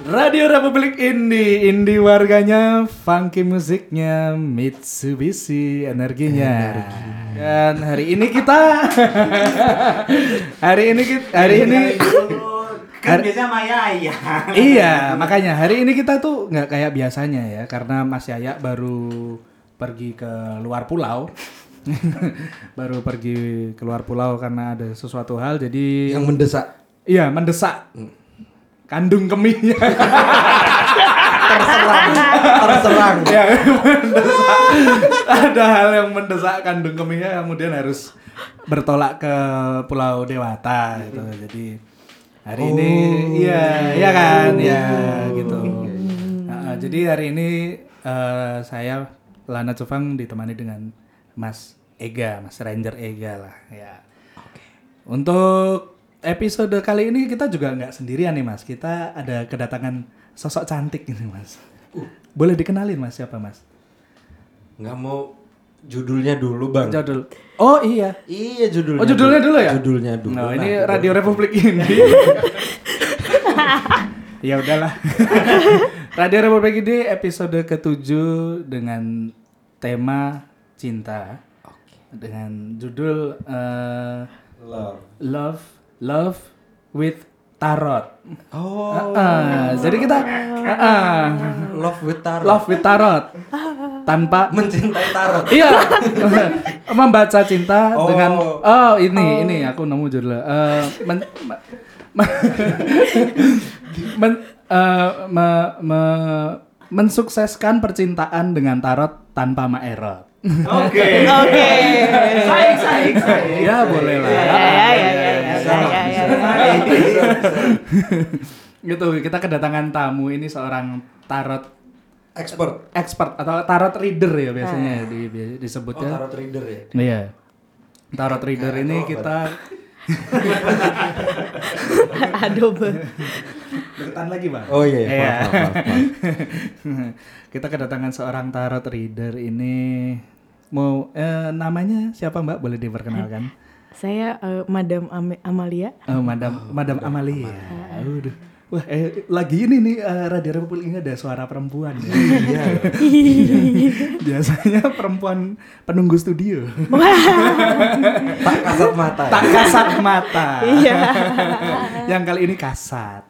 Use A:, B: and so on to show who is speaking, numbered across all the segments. A: Radio Republik Indi, Indi warganya, funky musiknya, Mitsubishi energinya. Dan hari ini kita hari ini kita hari ini
B: Kan biasanya Maya ya.
A: iya, makanya hari ini kita tuh nggak kayak biasanya ya karena Mas Yaya baru pergi ke luar pulau. baru pergi keluar pulau karena ada sesuatu hal jadi
C: yang mendesak
A: iya mendesak kandung kemihnya
C: terserang terserang
A: ya mendesak. ada hal yang mendesak kandung kemihnya kemudian harus bertolak ke Pulau Dewata gitu jadi hari ini iya iya kan ya gitu Nah, jadi hari ini eh, saya Lana Cufang ditemani dengan Mas Ega Mas Ranger Ega lah ya untuk episode kali ini kita juga nggak sendirian nih mas kita ada kedatangan sosok cantik ini mas boleh dikenalin mas siapa mas
C: nggak mau judulnya dulu bang
A: Judul. Oh iya.
C: iya judulnya
A: Oh judulnya dulu ya?
C: judulnya dulu
A: No, ini
C: Nanti
A: Radio Republik Indi. ya udahlah. Radio Republik Indi episode ke-7 dengan tema cinta. Dengan judul eh,
C: dulu. Love.
A: Love Love with Tarot.
C: oh
A: Ah, jadi kita ah, ah,
C: love with tarot
A: Love with Tarot
C: Ah.
A: tanpa
C: mencintai tarot
A: Iya. Membaca cinta
C: Oh.
A: dengan oh ini ini aku nemu judulnya. Eh, men- me- me- men- eh, me- me- mensukseskan percintaan dengan tarot tanpa maerot.
B: Oke.
D: Oke.
B: Saik, saik, saik.
A: ya
B: Iya,
A: boleh lah.
D: Ya, ya, ya,
A: iya,
D: ya, ya,
C: Bisa,
D: ya, ya,
C: bisa.
D: ya,
C: Bisa,
D: ya.
C: bisa.
A: gitu kita kedatangan tamu ini seorang tarot
C: expert
A: expert atau tarot reader ya
B: Ah.
A: biasanya di,
C: oh
A: di- disebutnya.
C: tarot reader ya
A: Iya. Tarot reader ini kita
D: Aduh, Be.
A: deketan lagi, Bang.
C: oh iya iya
A: Iya.
C: maaf, maaf, maaf,
A: kita kedatangan seorang tarot reader ini mau eh, namanya siapa Mbak boleh diperkenalkan?
D: Saya eh, Madam Ame- Amalia.
A: Eh, Madam Madam Amalia. Waduh. Wah, eh, lagi ini nih eh, Radio Republik ini ada suara perempuan. ya. Biasanya perempuan penunggu studio.
C: maaf. tak kasat mata ya?
A: Tak kasat mata.
D: Iya.
A: Yang kali ini kasat.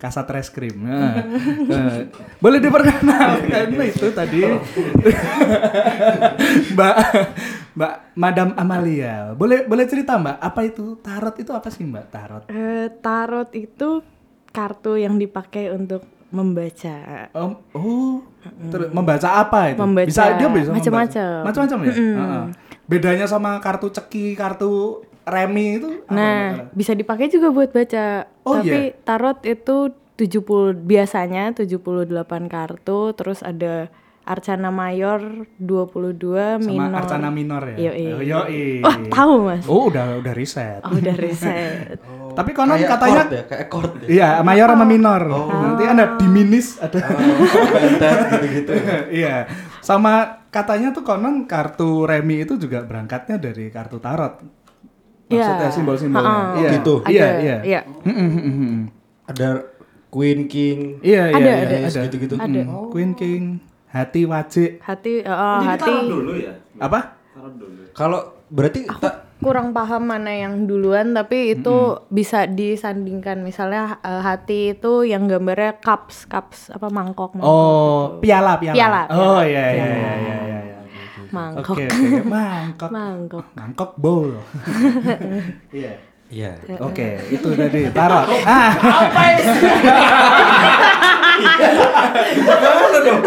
A: kasat reskrim. Nah, eh, boleh diperkenalkan Nah, itu tadi. Mbak Mbak Madam Amalia. Boleh boleh cerita Mbak, apa itu tarot itu apa sih Mbak? Tarot.
D: Eh, tarot itu kartu yang dipakai untuk membaca.
A: Om, oh, terus membaca apa itu?
D: Membaca
A: bisa dia bisa membaca.
D: macam-macam.
A: Macam-macam ya? Heeh. Bedanya sama kartu ceki, kartu remi itu apa, Mbak?
D: Nah, bisa dipakai juga buat baca.
A: Oh,
D: Tapi tarot itu 70 biasanya 78 kartu, terus ada arcana mayor 22
A: sama
D: minor.
A: arcana minor ya.
D: Yoi.
A: Oh, Yoi.
D: Wah, tahu, Mas.
A: Oh, udah udah riset.
D: Oh, udah riset.
A: Tapi konon
C: Oh, Kayak
A: katanya
C: chord ya Oh. kayak chord ya
A: iya, mayor sama minor. Nanti ada diminis ada.
C: gitu gitu
A: iya. Sama katanya tuh konon kartu remi itu juga berangatnya dari kartu tarot. Maksudnya
D: Iya.
A: simbol-simbolnya.
D: Ha-ha.
A: Iya.
C: Gitu.
A: Iya,
D: Ada,
A: iya.
D: iya.
A: Mm-mm, mm-mm, mm.
C: ada queen king
A: Iya, iya,
D: Ada,
A: iya,
D: ada,
A: ada.
C: gitu gitu
D: Ada. Oh.
A: Mm, Queen King, hati wajik.
D: Hati oh, oh, hati
B: dulu ya.
A: Apa?
C: kalau berarti tak
D: kurang paham mana yang duluan tapi itu bisa disandingkan misalnya eh, hati itu yang gambarnya cups cups apa mangkok mangkok
A: Oh, piala, piala.
D: Gitu. Piala,
A: Oh,
D: piala.
A: iya, iya, iya, iya, iya, iya.
D: mangkok
A: Oke, oke. Mangkok.
D: mangkok
A: Mangkok bowl. Iya.
C: iya
A: Oke, itu tadi tarot. Ah.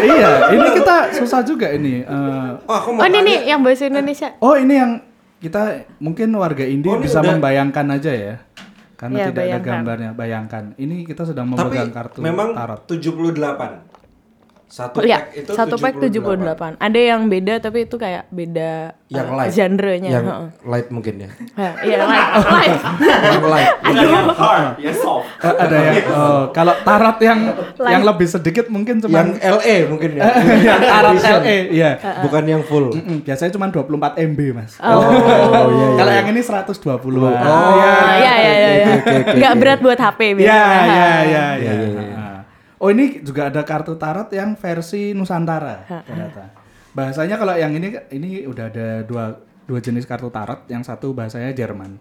A: iya, ini kita susah juga ini. Eh,
C: oh aku mau
D: oh ini
C: tanya.
D: nih yang bahasa Indonesia
A: oh, ini yang kita mungkin warga Indi
C: Oh, ini
A: bisa
C: udah-
A: membayangkan aja ya. Karena
D: Iya,
A: tidak ada
D: bayangkan.
A: gambarnya, bayangkan. Ini kita sedang
C: Tapi
A: memegang kartu
C: memang
A: tarot.
C: 78. Satu
D: Iya,
C: pack itu
D: satu pack 78. Ada yang beda tapi itu kayak beda
C: Yang
D: eh,
C: light.
D: genre-nya.
C: Yang
D: heeh.
C: light mungkin ya.
D: Eh, Iya, light. light.
C: yang light.
B: Bukan yang hard, ya soft.
A: Eh, ada yang oh, kalau tarot yang yang lebih sedikit mungkin cuma
C: yang
E: E
C: LE mungkin ya.
A: yang tarot LE, iya.
C: Bukan yang full.
A: Mm, biasanya cuma 24 MB, Mas.
D: Oh.
E: iya,
C: iya,
A: Kalau yang ini 120. Oh,
D: iya, iya, iya.
C: oke, oke,
D: Nggak
C: oke.
D: berat buat HP
A: Ya,
E: Iya,
D: biasanya.
A: ya, ya, ya. Oh ini juga ada kartu tarot yang versi Nusantara ternyata. Bahasanya kalau yang ini ini udah ada dua dua jenis kartu tarot, yang satu bahasanya Jerman.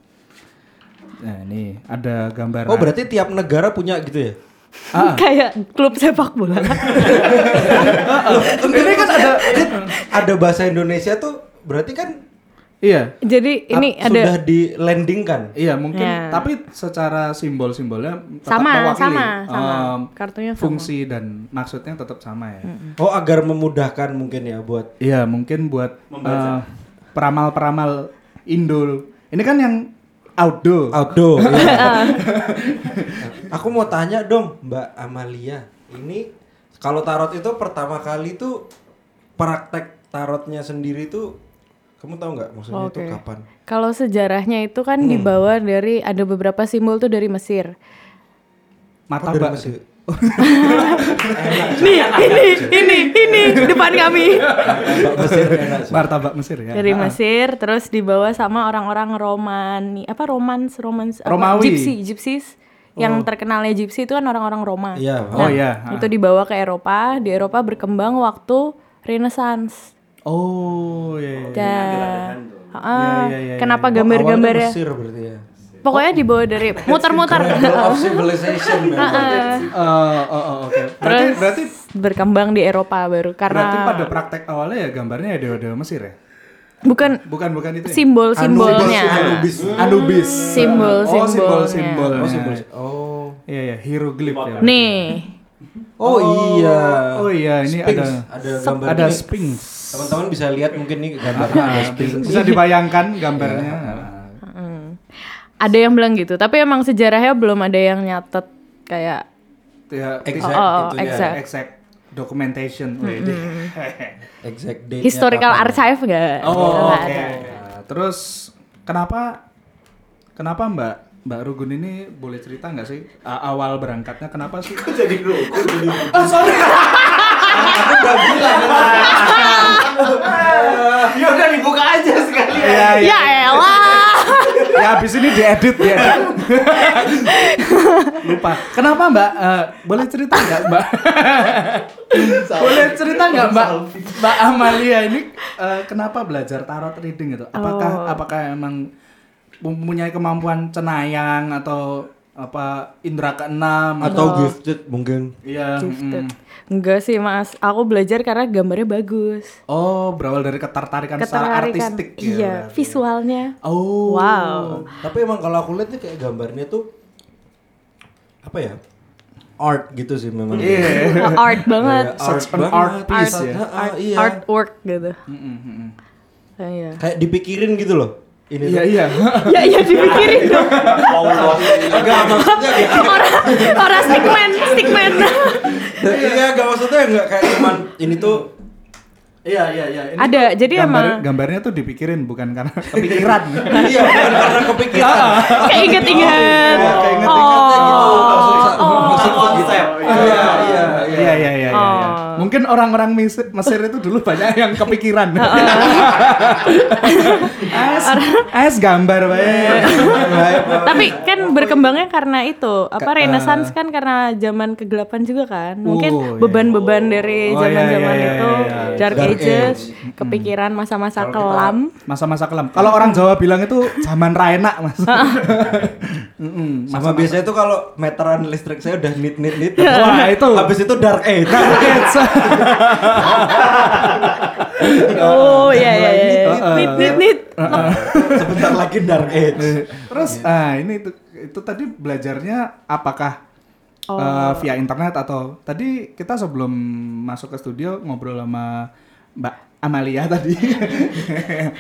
A: Nah ini ada gambar.
E: Oh berarti tiap negara punya gitu ya?
D: Kayak klub sepak bola.
E: ini kan ada ada bahasa Indonesia tuh berarti kan
A: Iya,
D: Jadi ini
E: ap-
D: ada
E: sudah dilandingkan.
A: Iya mungkin,
D: Ya.
A: tapi secara simbol-simbolnya tetap
D: Sama,
A: mewakili.
D: sama, sama.
A: Em,
D: Kartunya sama.
A: fungsi dan maksudnya tetap sama ya.
E: Oh agar memudahkan mungkin ya buat
A: Iya mungkin buat eh, peramal-peramal Indo. Ini kan yang outdoor.
E: outdoor. iya. Aku mau tanya dong Mbak Amalia, ini kalau tarot itu pertama kali tuh praktek tarotnya sendiri tuh kamu tahu nggak maksudnya itu
D: Oke.
E: kapan?
D: Kalau sejarahnya itu kan
A: Hmm.
D: dibawa dari ada beberapa simbol tuh dari Mesir.
A: Mata
E: Oh, dari
A: Mbak.
E: Mesir.
D: Nih, ini, ini, ini depan kami.
A: Iya.
E: Mbak Mesir enak sih.
A: Martabak Mesir ya.
D: Dari Mesir terus dibawa sama orang-orang Romani, apa Romans, Romans apa?
A: Romawi.
D: Gypsy, Gypsies. Yang terkenalnya Gypsy itu kan orang-orang Roma.
E: Iya.
A: Oh iya.
D: Itu dibawa ke Eropa, di Eropa berkembang waktu Renaissance.
A: Oh iya. iya.
D: Dan Ah,
A: Iya, iya, iya,
E: Oh,
D: kenapa
E: awalnya
D: gambar-gambarnya?
E: Mesir berarti ya.
D: Pokoknya dibawa dari muter-muter.
E: Level of civilization memang.
A: Eh, oh, oh, oke. Berarti
D: Terus
A: berarti
D: berkembang di Eropa baru karena
A: berarti pada praktek awalnya ya gambarnya ya dewa-dewa Mesir ya.
D: bukan
A: Bukan bukan itu. Ya?
D: simbol-simbolnya.
E: Anubis.
A: Anubis.
D: Simbol-simbolnya.
A: Oh, simbol-simbol.
E: Oh, simbol- Oh.
A: Iya iya, hieroglif ya.
D: Nih,
E: Oh, iya.
A: Oh iya, ini
E: Sphinx.
A: ada
E: ada gambar
A: ada Ah,
E: ini.
A: sphinx. Nah,
E: Teman-teman bisa lihat mungkin nih gambarnya ada sphinx. Iya.
A: Bisa dibayangkan gambarnya. Nah,
D: ada yang bilang gitu, tapi emang sejarahnya belum ada yang nyatet kayak
A: Ya,
E: Exact
D: Oh, oh,
E: gitu ya.
D: exact.
A: exact documentation. Wede.
E: hmm. Exact date.
D: historical archive Gitu kan. enggak?
A: oh, oke. Nah, Terus kenapa kenapa Mbak Mbak Rugun ini boleh cerita nggak sih a- awal berangkatnya kenapa sih?
F: jadi rukun jadi
A: Oh, sorry.
E: Aku udah bilang
F: ya udah dibuka aja sekalian
A: ya, ya.
D: Ya elah.
A: ya habis ini diedit diedit. Lupa. Kenapa Mbak? Eh, boleh cerita nggak Mbak? boleh cerita nggak Mbak? Mbak Amalia ini eh, kenapa belajar tarot reading itu? Apakah
D: Oh.
A: apakah emang mempunyai kemampuan cenayang atau apa indra keenam
E: atau gifted mungkin.
A: Iya.
D: Gifted. Gitu. Enggak sih mas, aku belajar karena gambarnya bagus.
A: Oh, berawal dari ketertarikan secara
D: Ketertarikan,
A: Kan artistik. ya,
D: iya,
A: berarti.
D: visualnya.
A: Oh.
D: Wow.
E: Tapi emang kalau aku lihat nih kayak gambarnya tuh apa ya? Art gitu sih memang.
A: Iya.
D: Art banget,
E: Kayak
A: Such an
E: banget.
A: art piece ya.
E: Ah, ah, iya.
D: artwork gitu. Ah, Iya.
E: Kayak dipikirin gitu loh. Ini
A: Iya,
E: tuh.
A: iya.
D: ya ya dipikirin dong.
F: mau mau
E: Enggak maksudnya kayak
D: Orang orang stickman, stickman.
E: Iya, enggak maksudnya enggak kayak cuman ini tuh
A: Iya iya iya. Ini
D: Ada,
A: tuh
D: jadi
A: gambar-
D: emang-
A: gambarnya tuh dipikirin bukan karena kepikiran.
E: iya bukan karena
A: Ah,
E: kepikiran.
A: Oh, iya,
D: Kayak inget-inget.
E: Iya, kayak
D: Oh,
E: inget-ingetnya gitu. Maksudnya- maksudnya gitu.
F: konsep
E: Iya, iya, iya.
A: Oh. Iya iya iya. iya, iya.
D: Oh.
A: Mungkin orang-orang Mesir, Mesir itu dulu banyak yang kepikiran. as, as gambar baik.
D: Tapi kan berkembangnya karena itu. Apa Renaissance kan karena zaman kegelapan juga kan. Mungkin
A: Ah. Oh, iya.
D: beban-beban dari
A: Oh, iya,
D: zaman-zaman
A: iya, iya,
D: itu
A: iya, iya. Hmm.
D: Dark,
E: Dark
D: Ages, kepikiran masa-masa kelam.
A: Masa-masa kelam. Kalau orang Jawa bilang itu zaman raena mas. Mm-mm.
E: Hmm, Sama biasanya tuh kalau meteran listrik saya udah nit nit nit.
A: Wah itu.
E: Habis itu dark age.
A: It's
D: Oh iya iya iya.
A: Nit, nit,
D: Nit nit nit.
A: Uh-uh.
E: Sebentar lagi dark age.
A: Terus
D: Iya.
A: ah ini itu, itu tadi belajarnya apakah
D: Oh.
A: eh, via internet atau tadi kita sebelum masuk ke studio ngobrol sama Mbak Amalia tadi.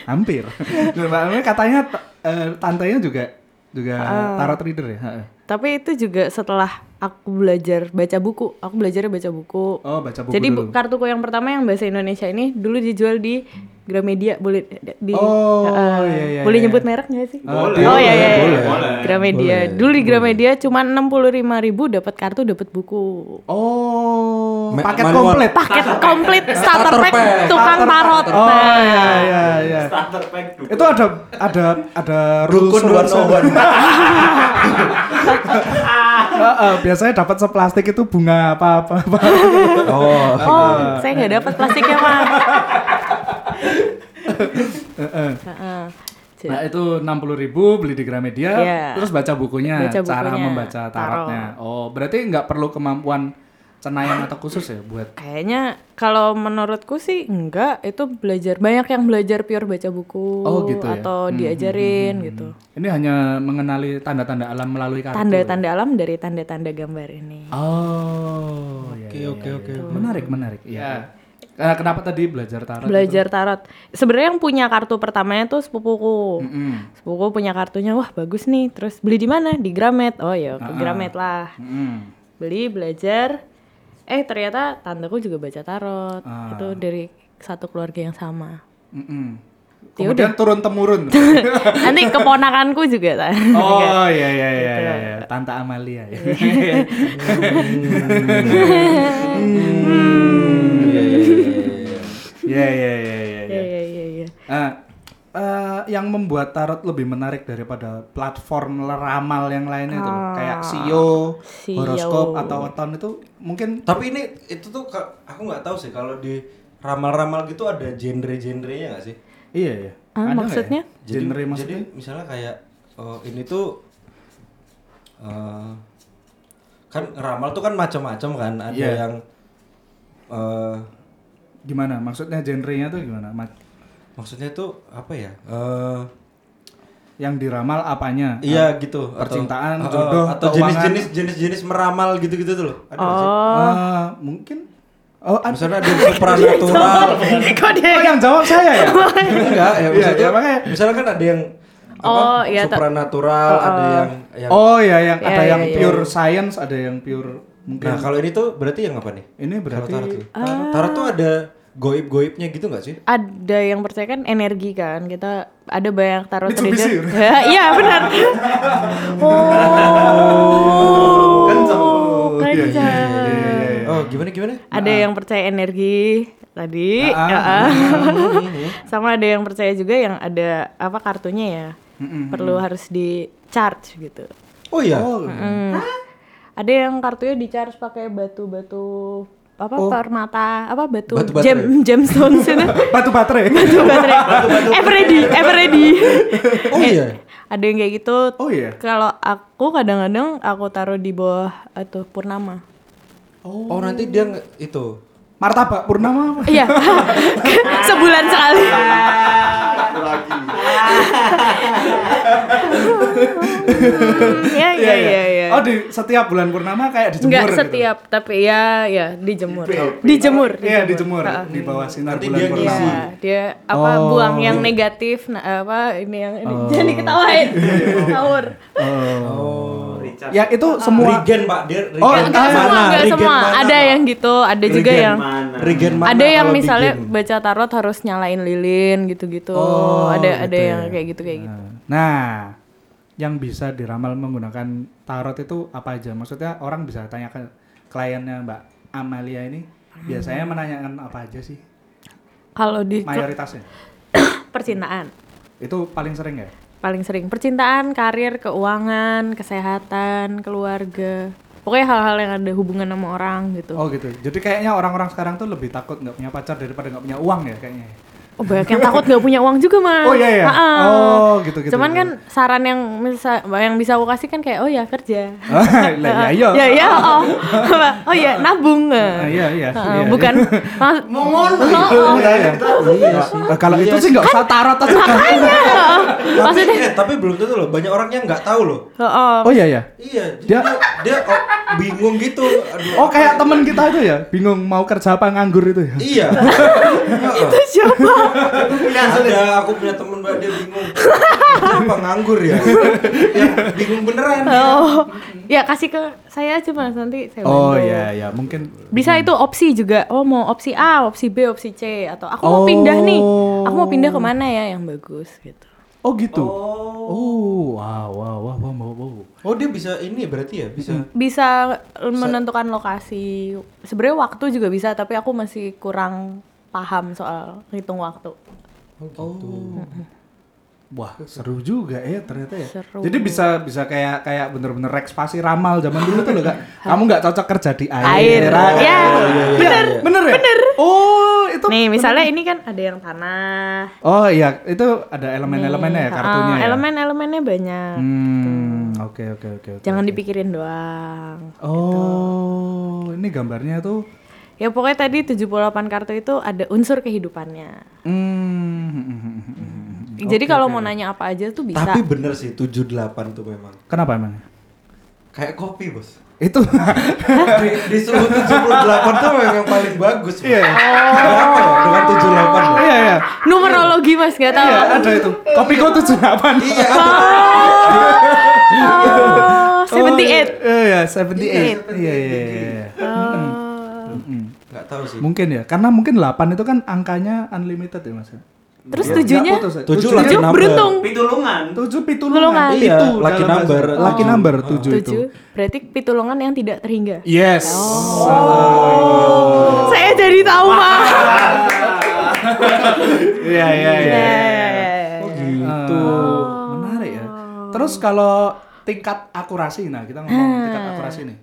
A: Hampir. Dan Mbak Amalia katanya t- eh, tantenya juga juga
D: Ah.
A: tarot reader ya. Heeh.
D: Tapi itu juga setelah aku belajar baca buku. Aku belajar baca buku.
A: Oh, baca buku
D: Jadi bu-
A: dulu.
D: kartuku yang pertama yang bahasa Indonesia ini dulu dijual di Gramedia boleh di
A: Oh,
D: eh,
A: iya, iya,
D: boleh
A: iya.
D: nyebut merek nggak sih?
A: Boleh.
D: Oh iya iya. iya.
F: Boleh. Boleh.
D: Gramedia. Dulu di Gramedia cuma 65.000 dapat kartu, dapat buku.
A: Oh,
E: Ma-
A: paket
E: manual.
A: komplit.
D: Paket komplit starter
E: Starter
D: pack
E: pack.
D: tukang tarot.
A: Oh
D: Nah,
A: iya iya iya.
F: starter pack dulu
A: Itu ada ada ada rules
E: Rukun
A: rules
E: 101.
A: Heeh, biasanya dapat seplastik itu bunga apa-apa.
E: Oh.
D: Oh, saya nggak dapat plastiknya mah.
A: Uh-uh.
D: Heeh.
A: Nah itu 60.000 beli di Gramedia,
D: Gitu. Iya.
A: terus baca bukunya,
D: Baca
A: cara
D: bukunya,
A: membaca tarotnya. Oh berarti nggak perlu kemampuan cenayang atau khusus ya buat
D: Kayaknya kalau menurutku sih enggak, itu belajar banyak yang belajar pure baca buku
A: Oh, gitu ya? hmm,
D: atau diajarin gitu.
A: ini hanya mengenali tanda-tanda alam melalui kartu.
D: Tanda-tanda alam dari tanda-tanda gambar ini.
A: Oh, oke
E: oke, oke, Ya.
A: Menarik menarik. Iya. Nah, kenapa tadi belajar tarot?
D: belajar tarot. Sebenarnya yang punya kartu pertamanya tuh sepupuku.
A: Mm-mm.
D: Sepupuku punya kartunya, wah bagus nih. Terus beli di mana? Di Gramet. Oh
A: Ah,
D: ya, ke Gramet lah.
A: Mm-mm.
D: Beli, belajar. Eh ternyata tandaku juga baca tarot.
A: Ah.
D: Itu dari satu keluarga yang sama.
A: Mm-mm.
D: Ya
A: Kemudian turun temurun.
D: Nanti keponakanku juga. Tan.
A: oh iya iya
D: gitu.
A: iya iya. iya. Tante Amalia ya.
E: Iya, iya, iya, iya.
A: Iya iya iya iya.
D: Hmm. Iya, iya, iya, iya.
A: Eh, eh, yang membuat tarot lebih menarik daripada platform ramal yang lainnya itu loh.
D: Ah,
A: kayak sio,
D: Sio.
A: horoskop atau weton itu mungkin
E: Tapi ini itu tuh ka- aku nggak tahu sih kalau di ramal-ramal gitu ada genre-genrenya nggak sih?
A: iya ya.
D: Ah,
A: Ada nggak
D: maksudnya?
A: Ya? Genre maksudnya?
E: Jadi misalnya kayak oh, ini tuh eh, kan ramal tuh kan macam-macam kan ada
A: Iya.
E: yang eh,
A: gimana? Maksudnya genrenya tuh gimana? Ma-
E: maksudnya tuh apa ya? Eh,
A: yang diramal apanya?
E: iya gitu atau-
A: Nah, percintaan,
E: eh, eh,
A: jodoh,
E: atau
A: keuangan.
E: jenis-jenis jenis-jenis meramal gitu-gitu tuh loh.
D: Oh,
E: Ada nggak sih?
A: Ah, mungkin Oh, ada
E: Misalnya ada yang supranatural.
D: Kok dia-
A: Oh, yang jawab saya ya?
E: Enggak, ya,
A: Iya,
E: maksudnya,
A: iya, makanya.
E: misalnya kan ada yang apa,
D: Oh, iya, tak-
E: supranatural, ada yang, yang Nah,
A: Oh ya, yang
D: Iya,
A: ada
D: iya,
A: yang
D: iya.
A: pure science, ada yang pure mungkin.
E: Nah, kalau ini tuh berarti yang apa nih?
A: ini berarti Iya,
E: Kalau tarot tuh.
D: Ah.
E: Tarot- Tarot tuh ada goib-goibnya gitu nggak sih?
D: ada yang percaya kan energi kan kita ada banyak tarot
A: Mitsubishi.
D: trader Ya, iya benar oh
A: Iya, iya,
D: kencang.
E: Oh, gimana gimana?
D: ada yang percaya energi tadi ya, ah. sama ada yang percaya juga yang ada apa kartunya ya perlu harus di charge gitu
E: Oh iya.
A: Oh,
D: Hmm. ada yang kartunya di charge pakai batu-batu apa permata apa batu,
E: Batu baterai.
D: gem gemstones itu
A: batu baterai.
D: batu baterai Eh, everready everready
E: Oh iya.
D: ada yang kayak gitu
A: Oh iya.
D: kalau aku kadang-kadang aku taruh di bawah itu purnama
E: Oh, nanti dia nge- itu.
A: Martabak Purnama apa?
D: iya sebulan sekali
G: Satu lagi.
D: ya ya ya ya
A: Iya, Oh, di setiap bulan purnama kayak dijemur
D: nggak
A: gitu.
D: setiap tapi ya ya dijemur dijemur
A: Iya, dijemur di bawah sinar
E: Nanti
A: bulan
E: dia
A: purnama.
D: Iya, dia apa buang
A: Oh.
D: yang negatif nah, apa ini yang ini jadi
A: Iya,
D: ketawain sahur
A: Oh.
E: Oh,
A: Ya, itu semua
E: Regen, Pak. Dia regen.
A: Oh,
D: Nggak
A: Ah,
D: semua
A: mana?
D: nggak
E: Regen
D: semua
E: mana,
D: ada
E: Pak?
D: yang gitu ada juga
E: Regen
D: yang
G: Mana?
E: Regen mana
D: ada yang
E: kalau
D: misalnya
E: bikin?
D: baca tarot harus nyalain lilin gitu-gitu.
E: Oh,
D: ada ada yang
E: ya.
D: kayak gitu kayak gitu.
A: Iya. Nah, yang bisa diramal menggunakan tarot itu apa aja? Maksudnya orang bisa tanya ke kliennya Mbak Amalia ini biasanya menanyakan apa aja sih
D: Kalau Hmm. di
A: mayoritasnya?
D: percintaan
A: Itu paling sering ya?
D: paling sering percintaan, karir, keuangan, kesehatan, keluarga. Pokoknya hal-hal yang ada hubungan sama orang gitu.
A: Oh gitu. Jadi kayaknya orang-orang sekarang tuh lebih takut nggak punya pacar daripada nggak punya uang ya kayaknya.
D: Oh banyak yang takut gak punya uang juga mas.
A: Oh, iya, iya.
D: Ha-ha.
A: Oh, gitu, gitu,
D: Cuman
A: gitu.
D: kan saran yang bisa yang bisa aku kasih kan kayak oh ya kerja.
A: lah ya
D: ya
A: iya.
D: ya oh oh ya nabung.
A: Ah, iya, iya,
D: Ha-ha,
A: iya.
D: Bukan maksud-
A: Oh, iya. Eh, Kalau
D: Iya.
A: itu sih nggak usah
D: Kan
A: tarot aja.
E: Tapi, eh, tapi belum tentu loh. Banyak orang yang nggak tahu loh.
D: Oh,
A: Oh iya ya.
E: Iya,
A: Dia-
E: dia dia kok bingung gitu. Aduh,
A: Oh kayak temen kita itu ya, bingung mau kerja apa nganggur itu ya.
E: Iya. Heeh.
D: itu siapa?
E: Ada aku punya temen mbak dia bingung. Dia apa nganggur ya? ya bingung beneran.
D: Oh, ya kasih ke saya aja mas nanti saya bantu.
A: Oh iya iya, mungkin
D: Bisa itu opsi juga. Oh mau opsi A, opsi B, opsi C atau aku mau pindah nih. Aku mau pindah kemana ya yang bagus gitu.
A: Oh gitu. Oh, wow wow wow wow wow. wow.
E: Oh dia bisa ini berarti ya bisa.
D: Bisa menentukan lokasi. Sebenarnya waktu juga bisa tapi aku masih Hmm. kurang paham soal hitung waktu.
E: Oh gitu.
A: Wah, seru juga ya ternyata ya.
D: Seru.
A: Jadi bisa bisa kayak kayak bener-bener Rex Pasi ramal zaman dulu tuh loh Kak. Kamu nggak cocok kerja di air. Iya,
D: Air. Ya.
A: Bener, bener ya? Oh, itu
D: Nih misalnya ini kan ada yang tanah.
A: Oh iya, itu ada
D: nih.
A: elemen-elemennya ya
D: Ah,
A: kartunya. ya?
D: Elemen-elemennya banyak.
A: Hmm, oke oke oke. oke.
D: Jangan dipikirin doang.
A: Oh, ini gambarnya tuh
D: Ya pokoknya tadi 78 kartu itu ada unsur kehidupannya.
A: hmm.
D: Jadi kalau mau nanya apa aja tuh bisa.
E: Tapi bener sih 78 tuh memang.
A: Kenapa emang?
E: Kayak kopi, Bos.
A: Itu
E: di, di suhu 78 tuh memang yang paling bagus. Bos.
A: Iya.
E: Berapa ya dengan 78? Bos?
A: Iya iya.
D: Numerologi Mas gak tahu.
A: Iya, ada itu. Kopiko 78.
E: Iya.
D: Oh, 78.
A: Oh, Iya, 78. Iya, iya, iya.
D: Oh.
E: Enggak tahu sih.
A: Mungkin ya, karena mungkin 8 itu kan angkanya unlimited ya Mas.
D: Terus tujuhnya?
E: Tujuh
A: lagi
E: lagi
D: Tujuh
E: number.
D: beruntung.
B: Pitulungan.
A: 7
D: Pitulungan.
A: pitulungan.
E: Iya, lucky
A: dalam bahasa-
E: number.
A: Lucky
E: Oh.
A: number 7 itu.
D: Tujuh. Berarti pitulungan yang tidak terhingga.
A: Yes.
D: Oh. Saya jadi tahu Mas.
A: Iya, iya, iya.
D: Yeah.
A: Gitu.
D: Oh.
A: Menarik ya. Terus kalau tingkat akurasi nah kita ngomong tingkat akurasi nih.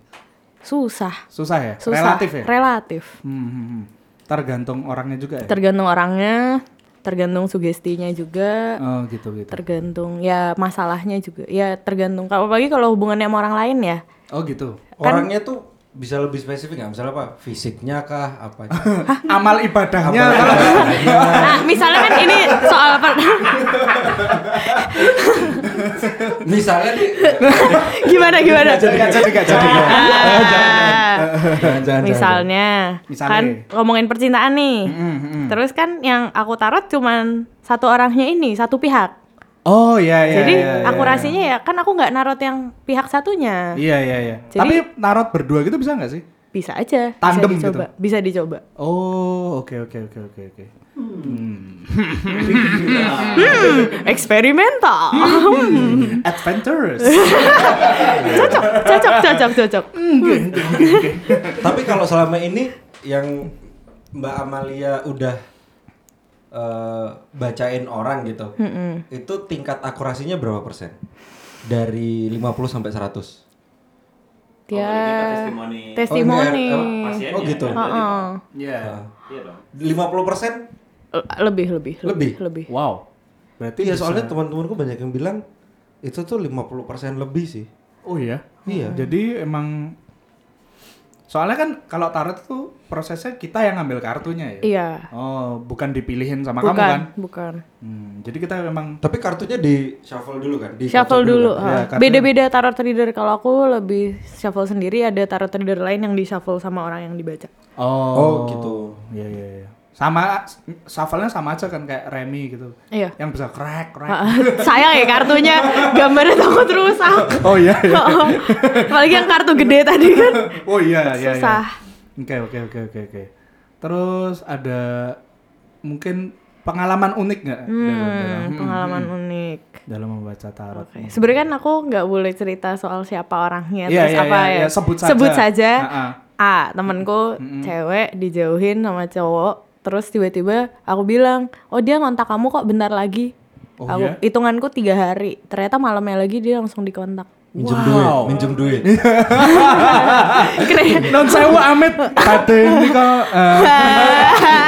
D: Susah.
A: Susah ya?
D: Hmm. Susah.
A: Relatif ya?
D: Relatif.
A: Hmm, hmm, hmm. Tergantung orangnya juga ya.
D: Tergantung orangnya, tergantung sugestinya juga.
A: oh, gitu gitu.
D: tergantung ya masalahnya juga ya tergantung kalau apalagi kalau hubungannya sama orang lain ya
A: oh, gitu.
E: Orangnya tuh bisa lebih spesifik nggak? Misalnya apa? Fisiknya kah? Apa?
A: Ya, Amal ibadahnya.
D: nah misalnya kan ini soal per-
E: Misalnya nih.
D: gimana gimana
A: Enggak jadi, enggak jadi.
D: Ah,
E: Jangan, jangan, jangan.
D: misalnya
A: Misalnya.
D: kan ngomongin percintaan nih
A: Mm, mm, mm.
D: terus kan yang aku tarot cuman satu orangnya ini satu pihak
A: Oh, iya iya.
D: jadi
A: iya, iya,
D: akurasinya ya kan aku nggak narot yang pihak satunya
A: Iya iya iya.
D: Jadi-
A: Tapi narot berdua gitu bisa nggak sih?
D: bisa aja
A: Tandem gitu.
D: bisa dicoba bisa dicoba
A: Oh, oke oke oke oke oke.
D: hmm, eksperimental
A: Hmm.
D: Hmm.
A: Adventurous.
D: cocok cocok cocok cocok
A: Hmm.
E: Tapi kalau selama ini yang Mbak Amalia udah eh, bacain orang gitu. Itu tingkat akurasinya berapa persen? Dari 50 sampai 100.
D: dia
B: Oh, ini kan testimoni.
D: testimoni
E: Oh, ini, eh,
B: Pasiennya.
E: Oh, gitu. Oh.
B: Berarti dong.
A: Iya.
B: Iya dong.
E: 50 persen?
D: L- lebih lebih
E: Lebih?
D: lebih
A: Wow. Berarti
E: Iya,
A: bisa-
E: soalnya teman-temanku banyak yang bilang itu tuh 50 persen lebih sih.
A: Oh iya.
E: Iya.
A: Jadi emang soalnya kan kalau tarot tuh prosesnya kita yang ngambil kartunya ya.
D: iya
A: Oh, bukan dipilihin sama
D: bukan
A: kamu kan?
D: bukan
A: Hmm, jadi kita memang
E: Tapi kartunya di shuffle dulu kan? Di
D: shuffle
E: kocok
D: dulu
E: kan?
A: Ya,
D: ha.
A: karena-
D: beda-beda tarot reader kalau aku lebih shuffle sendiri ada tarot reader lain yang di shuffle sama orang yang dibaca
A: Oh,
E: Oh, gitu.
A: Iya iya iya. Sama shuffle-nya sama aja kan kayak Remy gitu.
D: iya
A: Yang bisa crack crack.
D: Ha, sayang ya kartunya gambarnya takut rusak
A: Oh iya iya.
D: Oh, apalagi yang kartu gede tadi kan
A: Oh iya iya.
D: Susah.
A: iya. Oke oke oke oke oke. Terus ada mungkin pengalaman unik nggak dalam, dalam,
D: Hmm, pengalaman unik
A: dalam membaca tarot?
D: Oke. Sebenarnya kan aku nggak boleh cerita soal siapa orangnya
A: Iya,
D: terus
A: iya,
D: apa
A: iya,
D: ya.
A: iya, sebut saja. Hmm.
D: saja,
A: Ha-ha.
D: A, temanku cewek dijauhin sama cowok, terus tiba-tiba aku bilang, "Oh, dia ngontak kamu kok bentar lagi."
A: Oh,
D: aku
A: iya?
D: hitunganku tiga hari. Ternyata malamnya lagi dia langsung dikontak.
E: Minjem
A: Wow.
E: duit, minjem duit.
D: Iya. Keren.
A: Non sewu amit kate ini kok eh,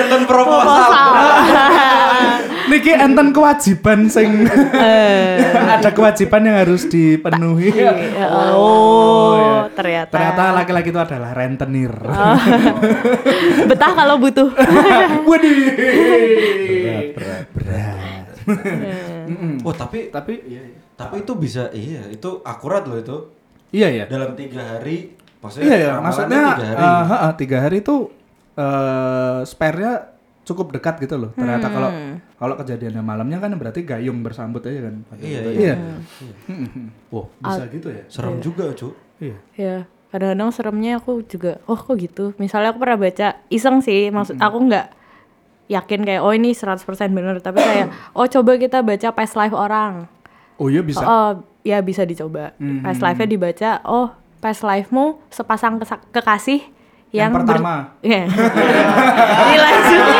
E: Enten proposal.
D: Proposal.
A: niki enten kewajiban sing
D: Eh,
A: ada kewajiban yang harus dipenuhi.
D: Oh,
A: iya.
D: ternyata. Oh.
A: Ternyata laki-laki itu adalah rentenir.
D: Betah kalau butuh.
A: Waduh.
E: Berat, berat, berat. Oh, tapi
A: Tapi
E: tapi itu bisa iya, itu akurat loh itu.
A: iya ya.
E: Dalam tiga hari maksudnya
A: Iya ya,
E: ramalannya
A: maksudnya
E: tiga
A: eh,
E: hari.
A: ha-ha, tiga hari itu eh spare-nya cukup dekat gitu loh. Ternyata kalau
D: Hmm.
A: kalau kejadiannya malamnya kan berarti gayung bersambut aja kan.
E: Iya,
A: iya.
E: iya.
A: Wah, bisa gitu ya?
E: Serem juga, Cuk.
A: Iya.
D: Ya, kadang-kadang seremnya aku juga, oh kok gitu. Misalnya aku pernah baca iseng sih, maksud aku nggak yakin kayak oh ini 100% bener tapi kayak oh coba kita baca past life orang.
A: Oh iya bisa. Mm-hmm.
D: Oh, ya bisa dicoba. Past life-nya dibaca, oh past life-mu sepasang kesa- kekasih yang,
A: Yang
D: ber- Ya.
A: pertama.
D: Iya. Nilai suci.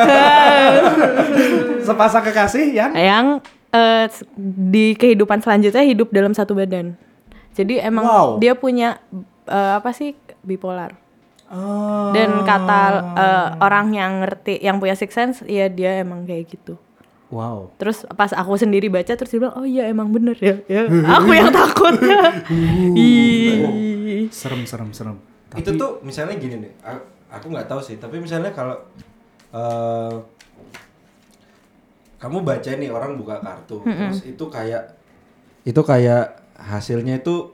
D: Ah.
A: Sepasang kekasih yang
D: yang eh, s- di kehidupan selanjutnya hidup dalam satu badan. Jadi emang
A: Wow.
D: dia punya eh, apa sih bipolar.
A: Ah.
D: Dan kata
A: Oh.
D: eh, orang yang ngerti, yang punya six sense, ya dia emang kayak gitu.
A: Wow.
D: Terus pas aku sendiri baca terus dia bilang, "Oh iya emang bener ya." ya. aku yang takut. Ih.
A: Serem serem serem.
C: itu tuh misalnya gini nih a- aku nggak tahu sih tapi misalnya kalau eh, kamu baca nih orang buka kartu terus itu kayak itu kayak hasilnya itu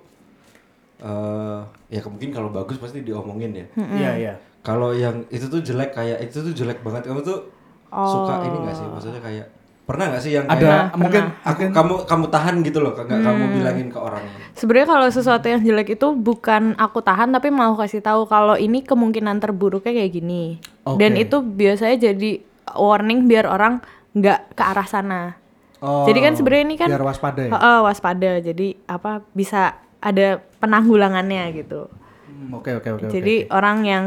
C: eh ya mungkin kalau bagus pasti diomongin ya
A: Iya iya.
C: kalau yang itu tuh jelek kayak itu tuh jelek banget kamu tuh suka ini gak sih maksudnya kayak pernah gak sih yang kayak,
A: Ada mungkin
C: aku kamu kamu tahan gitu loh nggak kamu bilangin ke orang
D: Sebenarnya kalau sesuatu yang jelek itu bukan aku tahan tapi mau kasih tahu kalau ini kemungkinan terburuknya kayak gini.
A: Oke.
D: Dan itu biasanya jadi warning biar orang nggak ke arah sana.
A: Oh,
D: jadi kan sebenarnya ini kan
A: biar waspada ya?
D: Heeh, waspada. Jadi apa bisa ada penanggulangannya gitu.
A: Hmm, Oke oke oke. oke.
D: Jadi orang yang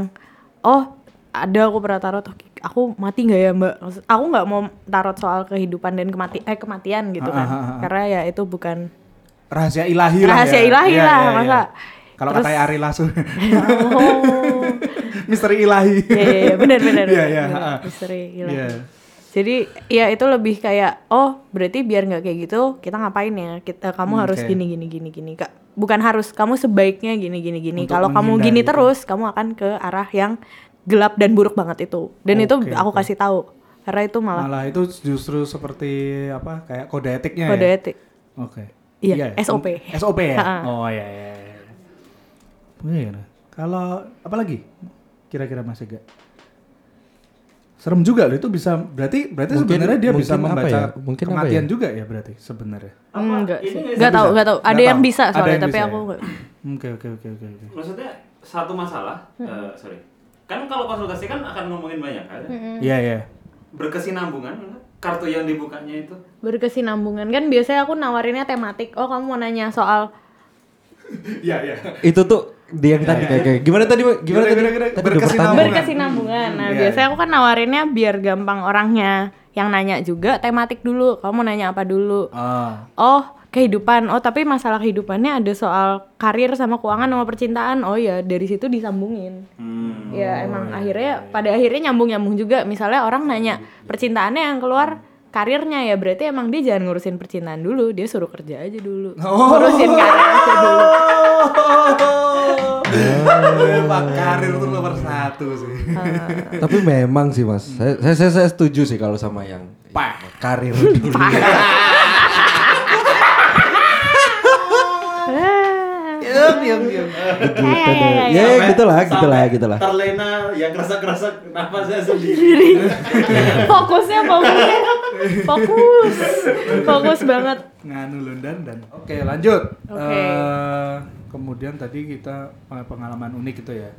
D: oh ada aku pernah tarot, "Oh, aku mati nggak ya mbak? Maksud- aku nggak mau tarot soal kehidupan dan kemati eh kematian gitu
A: Ah,
D: kan,
A: ah, ah, ah.
D: karena ya itu bukan
A: rahasia ilahi lah.
D: Rahasia
A: ya.
D: ilahi
A: Iya,
D: lah,
A: iya, iya.
D: masa?
A: Kalau
D: Terus-
A: kata Ari Lasso,
D: oh
A: misteri ilahi.
D: ya ya ya benar benar
A: Iya,
D: benar,
A: iya,
D: benar.
A: ha-ha.
D: misteri gila.
A: Iya.
D: jadi ya itu lebih kayak oh berarti biar nggak kayak gitu kita ngapain ya kita kamu
A: Hmm,
D: harus
A: oke.
D: gini gini gini gini Ka- bukan harus kamu sebaiknya gini gini gini
A: Untuk
D: kalau kamu gini
A: menghindari.
D: terus kamu akan ke arah yang gelap dan buruk banget itu dan itu
A: Oke,
D: aku
A: oke.
D: kasih tahu karena itu malah
A: Malah itu justru seperti apa kayak kode etiknya
D: kode
A: ya?
D: etik
A: Oke.
D: Iya,
A: ya?
D: SOP.
A: SOP ya?
D: Ha-ha.
A: Oh iya iya. iya. Iya. Kalau apa lagi? Kira-kira Mas Ega. Serem juga loh itu bisa berarti berarti
C: Mungkin-
A: sebenarnya dia
C: mungkin
A: bisa
C: apa
A: membaca
C: ya? Mungkin apa
A: kematian
C: ya?
A: juga ya berarti sebenarnya.
D: Hmm, enggak
B: ini
D: sih
B: nggak
D: enggak
A: bisa.
D: tahu enggak tahu
A: Nggak
D: ada yang
A: tahu.
D: bisa
A: Ada
D: soalnya
A: yang
D: tapi
A: bisa
D: aku
A: ya?
D: nggak
A: Oke oke oke oke oke.
B: Maksudnya satu masalah, eh, sorry. Kan kalau konsultasi kan akan ngomongin banyak kan.
D: Hmm.
A: Iya iya.
B: Berkesinambungan nggak? kartu yang dibukanya itu.
D: berkesinambungan kan biasanya aku nawarinnya tematik oh kamu mau nanya soal
A: Iya iya.
C: itu tuh dia yang tadi kayak kayak gimana tadi Mbak? gimana,
A: Gimana,
C: tadi
A: gimana, gimana?
C: Tadi udah
A: Berkesinambungan.
C: pertanyaan.
D: berkesinambungan nah
A: Iya,
D: biasanya aku kan nawarinnya biar gampang orangnya yang nanya juga tematik dulu kamu mau nanya apa dulu
A: Ah.
D: oh kehidupan oh tapi masalah kehidupannya ada soal karir sama keuangan sama percintaan oh ya dari situ disambungin ya emang akhirnya pada akhirnya nyambung nyambung juga misalnya orang nanya percintaannya yang keluar karirnya ya berarti emang dia jangan ngurusin percintaan dulu dia suruh kerja aja dulu ngurusin karir aja dulu
A: Pak karir tuh nomor satu sih.
D: Ah.
C: tapi memang sih mas saya saya, saya, saya setuju sih kalau sama yang
A: Pak.
C: karir dulu gitu
D: Ah, Ya, ya, ya,
A: Iya,
E: Iya,
C: ya
B: Sampai-
C: gitu lah gitu
B: sampai
C: lah gitu lah
B: Terlena ya kerasa-kerasa nafasnya sendiri.
D: fokusnya fokusnya fokus fokus banget
A: Nganu London dan. Oke, lanjut.
D: Oke.
A: Eh, kemudian tadi kita eh, pengalaman unik gitu ya.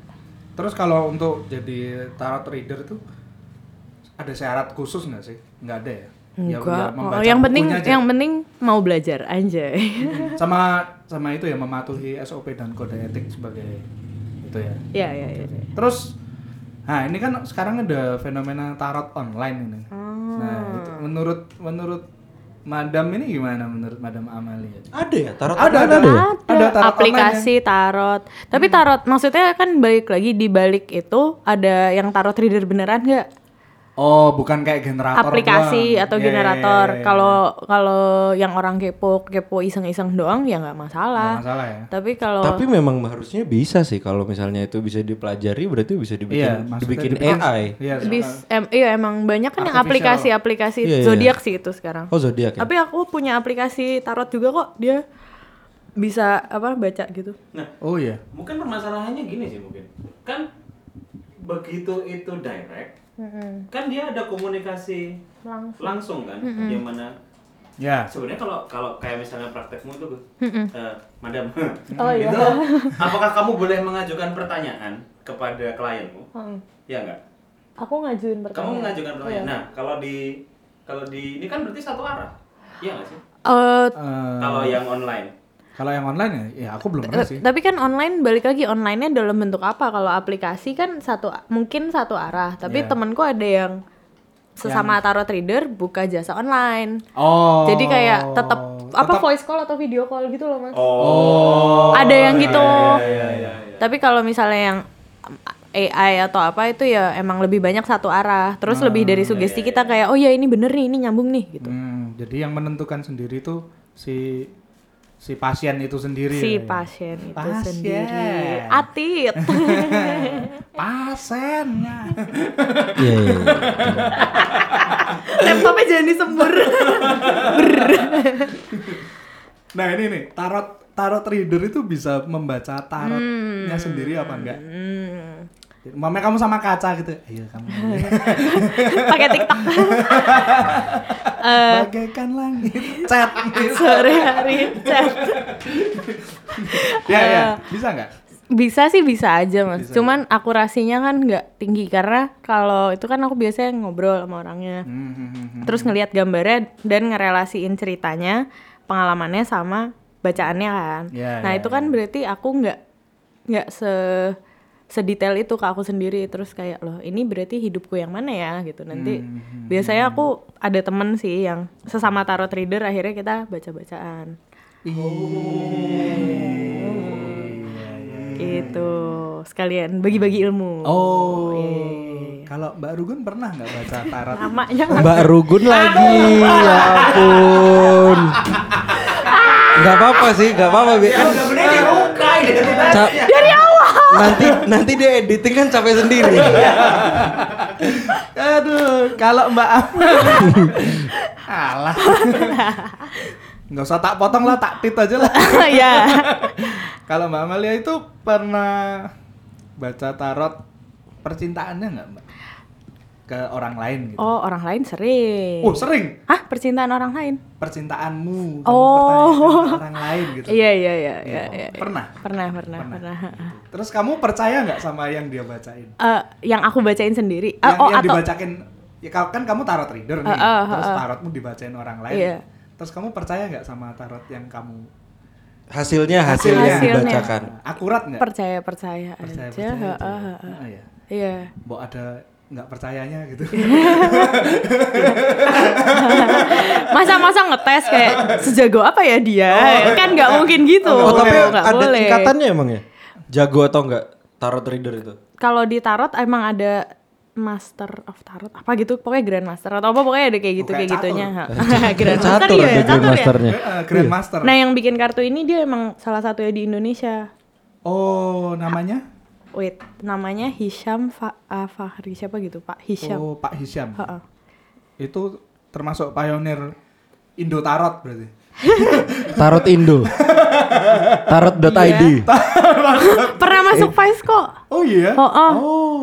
A: Terus kalau untuk jadi tarot reader tuh ada syarat khusus nggak sih? Nggak ada ya? Ya, ya,
D: enggak
A: membaca
D: oh, yang penting
A: bukunya aja.
D: yang penting mau belajar anjay
A: sama sama itu ya mematuhi SOP dan kode etik sebagai itu ya.
D: ya ya ya
A: Terus, nah ini kan sekarang ada fenomena tarot online ini. Nah,
D: Ah.
A: itu menurut menurut Madam ini gimana menurut Madam Amalia?
C: ada ya tarot online
A: Ada, ada.
C: ya?
A: Ada
D: ada
A: tarot ya? Hmm.
D: aplikasi tarot tapi tarot maksudnya kan balik lagi di balik itu ada yang tarot reader beneran nggak
A: Oh, bukan kayak generator
D: aplikasi
A: doang.
D: atau
A: Iya, iya,
D: generator
A: iya, iya.
D: kalau kalau yang orang kepo kepo iseng-iseng doang ya nggak
A: Nggak
D: masalah
A: masalah ya.
D: tapi kalau
C: tapi memang harusnya bisa sih kalau misalnya itu bisa dipelajari berarti bisa dibikin
A: Iya, maksudnya
C: dibikin
A: dibikin-
C: AI
A: Iya,
D: Bis, em, iya emang banyak kan yang
A: Artificial.
D: aplikasi-aplikasi
C: Iya, iya.
D: zodiak sih itu sekarang.
C: oh zodiak ya
D: Tapi aku punya aplikasi tarot juga kok dia bisa apa baca gitu.
B: Nah,
A: Oh iya.
B: mungkin permasalahannya gini sih mungkin. Kan begitu itu direct, kan dia ada komunikasi
D: Langsung.
B: langsung kan, yang mana
A: Ya.
B: Nah, sebenarnya kalau kalau kayak misalnya praktekmu itu,
D: Mm-mm.
B: eh, madam,
D: Oh, iya.
B: itu apakah kamu boleh mengajukan pertanyaan kepada klienmu? Ya enggak.
D: Hmm. Aku ngajuin
B: Kamu mengajukan
D: Iya.
B: pertanyaan. Nah, kalau di kalau di ini kan berarti satu arah. Iya nggak sih?
A: Eh,
B: Kalau yang online.
A: kalau yang online ya, ya aku belum pernah sih.
D: tapi kan online balik lagi onlinenya dalam bentuk apa? Kalau aplikasi kan satu mungkin satu arah. Tapi
A: Iya.
D: temanku ada yang sesama tarot reader buka jasa online.
A: Oh.
D: Jadi kayak tetap
B: Oh,
D: apa
A: Tetap-
D: voice call atau video call gitu loh, Mas.
A: Oh.
D: Ada yang gitu.
B: Iya, iya, iya.
D: Tapi kalau misalnya yang um, AI atau apa itu ya emang lebih banyak satu arah. Terus
B: Hmm,
D: lebih
B: iya,
D: dari sugesti kita kayak oh ya ini bener nih, ini nyambung nih gitu.
A: Hmm, jadi yang menentukan sendiri itu si si pasien itu sendiri.
B: iya,
D: Si
A: ya?
D: pasien itu
A: Pasien.
D: sendiri. Atit.
A: Pasiennya.
C: Iya, iya. iya.
D: Laptopnya jangan disembur.
A: nah ini nih tarot tarot reader itu bisa membaca tarotnya sendiri apa enggak?
D: Hmm.
A: Mama kamu sama kaca gitu. Ayo kamu.
D: Pakai TikTok. Eh,
A: Bagaikan langit. Chat.
D: sore hari chat.
A: ya ya. Bisa nggak?
D: Bisa sih bisa aja mas,
A: Bisa.
D: cuman akurasinya kan nggak tinggi karena kalau itu kan aku biasanya ngobrol sama orangnya,
A: Hmm, hmm, hmm, hmm.
D: terus ngelihat gambarnya dan ngerelasiin ceritanya, pengalamannya sama bacaannya kan.
A: Ya,
D: nah
A: ya,
D: itu kan berarti aku nggak nggak se sedetail itu ke aku sendiri terus kayak loh ini berarti hidupku yang mana ya gitu nanti biasanya aku ada temen sih yang sesama tarot reader akhirnya kita baca bacaan Oh. gitu sekalian bagi-bagi ilmu
A: Oh.
D: iya.
A: Kalau Mbak Rugun pernah nggak baca tarot?
D: namanya
C: Mbak Rugun lagi, ya ampun. Gak apa-apa sih, gak apa-apa. Bi. Kan
B: Sebenarnya dibuka identitas.
C: ca- Nanti nanti dia editing kan capek sendiri.
A: Aduh, kalau Mbak Amal. Alah. Nggak usah tak potong lah, tak tit aja lah.
D: ya
A: Kalau Mbak Amalia itu pernah baca tarot percintaannya nggak Mbak? Ke orang lain gitu.
D: oh orang lain sering
A: Oh, sering
D: ah percintaan orang lain
A: percintaanmu kamu
D: Oh.
A: pertanyakan ke orang lain gitu.
D: iya iya iya iya, iya.
A: Pernah.
D: pernah pernah pernah,
A: Terus kamu percaya nggak sama yang dia bacain?
D: Eh, yang aku bacain sendiri Ah,
A: yang
D: oh
A: yang
D: atau
A: dibacakin ya kau- kan kamu tarot reader nih.
D: Eh, eh,
A: terus
D: eh, eh.
A: tarotmu dibacain orang lain.
D: Iya.
A: Terus kamu percaya nggak sama tarot yang kamu Nah,
C: Hasilnya hasilnya,
D: Hasilnya.
C: dibacakan.
A: akurat nggak?
D: percaya percaya
A: percaya
D: aja
A: percaya
D: ha,
A: aja.
D: ha, ha, ha.
A: Ah, ya.
D: iya
A: Mbok ada nggak percayanya gitu.
D: masa masa ngetes kayak sejago apa ya dia
A: Oh, iya.
D: kan nggak mungkin gitu
C: Oh, tapi
D: Nggak
C: ada
D: boleh.
C: tingkatannya emang ya? Jago atau enggak tarot reader itu?
D: kalau di tarot emang ada master of tarot apa gitu pokoknya grand master atau apa pokoknya ada kayak gitu
A: Oh, kayak
D: kayak gitunya grand
C: Kayak
D: master iya ya, catur ya
A: Eh, eh, Grandmaster.
D: nah yang bikin kartu ini dia emang salah satunya di Indonesia
A: Oh, namanya?
D: wait namanya Hisham Fa ah, Fahri siapa gitu Pak Hisham
A: Oh, Pak Hisham.
D: Ha-ha.
A: Itu termasuk pionir Indo Tarot berarti.
C: Tarot Indo. Tarot.id.
D: Iya. pernah masuk Vice kok
A: Oh iya.
D: Oh, oh.
A: Oh,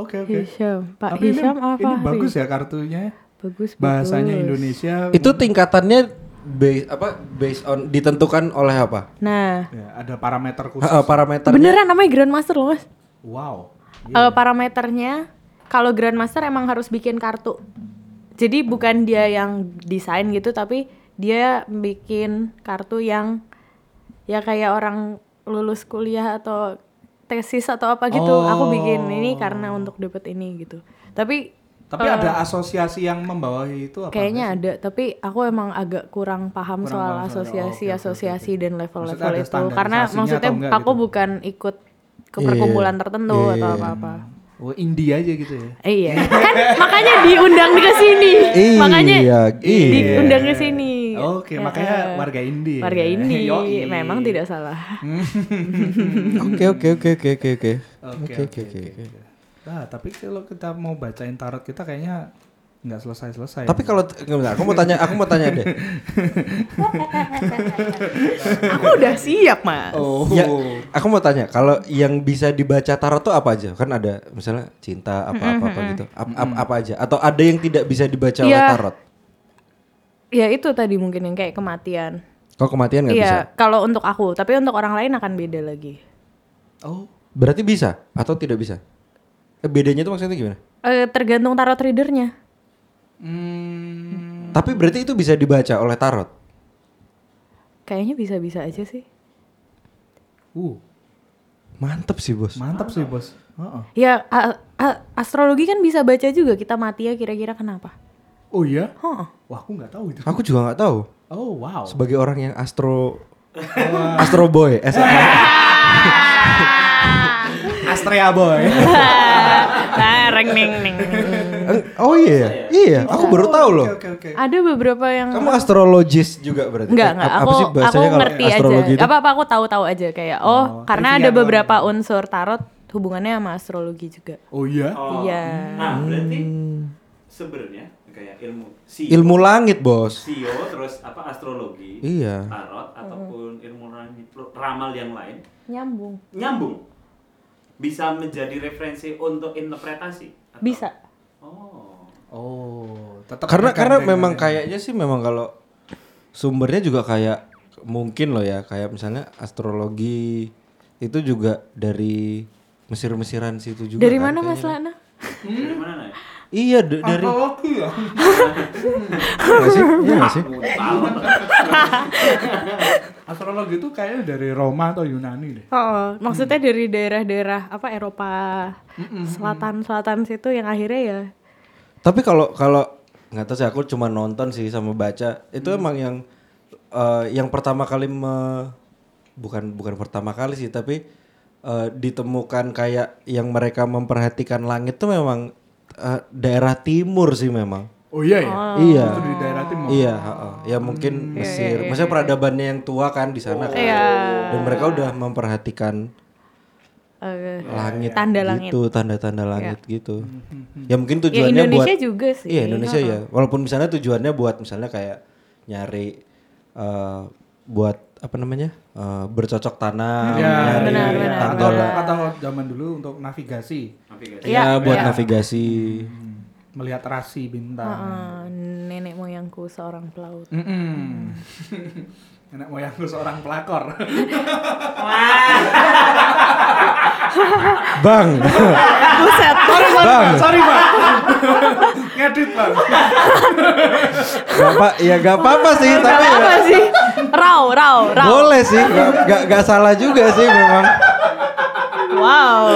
A: Oke, oke.
D: Hisham Pak
A: Tapi ini,
D: Hisham Al
A: ini
D: Fahri.
A: bagus ya kartunya.
D: bagus
A: Bahasanya
D: bagus.
A: Indonesia.
C: Itu tingkatannya base apa based on ditentukan oleh apa?
D: nah
A: Ya, ada parameter khusus.
C: Ha, parameter
D: beneran namanya grand master loh mas
A: Wow.
D: Eh, parameternya kalau grandmaster emang harus bikin kartu. Jadi bukan dia yang desain gitu tapi dia bikin kartu yang ya kayak orang lulus kuliah atau tesis atau apa gitu.
A: Oh.
D: Aku bikin ini karena untuk dapet ini gitu. Tapi eh,
A: Tapi ada asosiasi yang membawahi itu apa?
D: kayaknya ada tapi aku emang agak kurang paham
A: Kurang
D: soal
A: paham soal-
D: asosiasi
A: oke, oke,
D: asosiasi dan level-level
A: Maksudnya ada
D: itu karena
A: standarisasinya
D: maksudnya
A: atau enggak
D: aku
A: gitu?
D: bukan ikut ke perkumpulan tertentu atau apa-apa.
A: Oh, indie aja gitu ya.
D: Iya. kan makanya diundang ke sini.
C: Iya,
D: makanya
C: iya.
D: diundang ke sini.
A: Oke,
D: Ya,
A: makanya
D: eh,
A: warga indie. ya.
D: warga ini
A: Yoi.
D: memang tidak salah.
C: Oke oke oke oke oke oke.
A: Oke, oke, oke. oke. Nah, tapi kalau kita mau bacain tarot kita kayaknya nggak selesai-selesai. ya.
C: Tapi kalau enggak, aku mau tanya, aku mau tanya deh.
D: Aku udah siap, Mas.
A: Oh.
C: Ya, aku mau tanya, kalau yang bisa dibaca tarot tuh apa aja? Kan ada misalnya cinta apa apa apa gitu. Ap- ap- apa aja? Atau ada yang tidak bisa dibaca oleh
D: Iya.
C: tarot?
D: Ya itu tadi mungkin yang kayak kematian.
C: Kalau kematian nggak bisa.
D: Iya, kalau untuk aku, tapi untuk orang lain akan beda lagi.
A: Oh.
C: Berarti bisa atau tidak bisa? Eh, bedanya itu maksudnya gimana?
D: Eh, tergantung tarot readernya.
A: Hmm.
C: Tapi berarti itu bisa dibaca oleh tarot.
D: Kayaknya bisa-bisa aja sih.
A: Uh,
C: Mantep sih, Bos.
A: mantap sih, Uh, Bos. Heeh.
D: Ya a- A- astrologi kan bisa baca juga kita mati ya kira-kira kenapa?
A: Oh iya?
D: Heeh.
A: Wah, aku nggak tahu itu.
E: Aku juga nggak tahu.
A: Oh, wow.
E: Sebagai orang yang astro astro boy, eh, salah.
A: Astrea boy.
D: Tareng ning ning.
E: Eh, oh
C: ya?
E: iya, iya. Aku baru tahu loh.
A: Oke, oke, oke.
D: Ada beberapa yang
E: Kamu astrologis juga berarti?
D: Enggak,
E: Eh,
D: enggak.
E: ap-
D: Aku
E: sih
D: aku
E: bahasanya kalau gitu?
D: ngerti
E: astrologi
D: aja.
E: itu?
D: Apa apa aku tahu-tahu aja kayak oh,
A: Oh,
D: karena
A: trivia
D: ada
A: doang
D: beberapa unsur tarot hubungannya sama astrologi juga.
A: Oh iya.
B: Oh.
D: Iya.
B: Nah, berarti sebenarnya kayak ilmu sio,
E: Hmm. Ilmu langit bos.
B: sio terus apa astrologi,
E: Iya.
B: tarot ataupun ilmu ram- ramal yang lain
D: Nyambung.
B: nyambung bisa menjadi referensi untuk interpretasi. atau-
D: Bisa.
B: Oh.
A: Oh, tetap
E: Karena karena
A: gandeng-gandengan.
E: memang kayaknya sih memang kalau sumbernya juga kayak mungkin loh ya kayak misalnya astrologi itu juga dari Mesir-Mesiran situ juga.
D: Dari
E: kan,
D: mana
E: kayaknya.
D: Mas Lana?
B: Dari mana Nay?
E: Iya d- dari.
A: Astrologi ya.
E: Iya nggak sih? Iya nggak sih?
B: Aku tahu.
A: Astrologi itu kayaknya dari Roma atau Yunani deh.
D: Oh, maksudnya dari daerah-daerah apa Eropa selatan-selatan situ yang akhirnya ya
E: Tapi kalau kalau nggak tahu sih aku cuma nonton sih sama baca itu emang yang eh, yang pertama kali me- bukan bukan pertama kali sih tapi eh, ditemukan kayak yang mereka memperhatikan langit tuh memang eh, daerah timur sih memang.
A: Oh iya ya. Oh,
E: Iya.
A: Itu di daerah timur.
E: Iya, heeh. ya mungkin Mesir. Maksudnya peradabannya yang tua kan di sana kan.
D: Iya.
E: Dan mereka udah memperhatikan
D: eh,
E: langit
D: tanda langit. Iya.
E: gitu, tanda-tanda langit gitu. Ya mungkin
D: Ya
E: tujuannya buat
D: Indonesia juga sih.
E: Iya Indonesia ya. Walaupun misalnya tujuannya buat misalnya kayak nyari eh, buat apa namanya eh, bercocok
A: Iya, Hmm.
E: tanam, nyari
D: Ya, benar, benar,
E: tanggal,
A: Kalau kata zaman dulu untuk navigasi,
B: Navigasi.
E: ya,
D: Iya,
E: buat
D: iya.
E: navigasi.
A: melihat rasi bintang.
D: Eh, nenek moyangku seorang pelaut.
A: Mm-mm. Nenek moyangku seorang pelakor.
E: Bang,
D: Buset.
E: bang,
A: Sorry pak. Ngedit pak.
E: gak apa, ya gak apa-apa sih, tapi ya
D: apa sih? Raw, raw, raw.
E: boleh sih, gak, gak, gak salah juga sih memang.
D: Wow,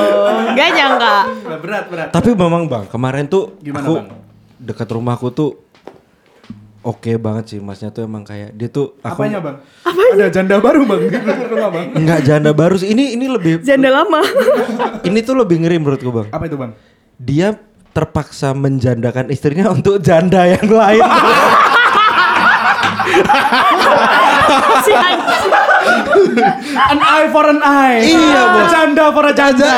D: nggak nyangka.
A: Nggak Berat berat.
E: Tapi memang bang, kemarin tuh
A: Gimana,
E: aku
A: Bang?
E: dekat rumahku tuh oke banget sih masnya tuh emang kayak dia tuh aku
A: Apanya bang? Ada janda baru bang di rumah bang.
E: nggak janda baru sih ini ini lebih
D: Janda lama.
E: ini tuh lebih ngeri menurutku bang
A: Apa itu bang?
E: dia terpaksa menjandakan istrinya untuk janda yang lain.
D: si anjing.
A: An eye for an eye.
E: Iya, Bang.
A: A Janda for a janda.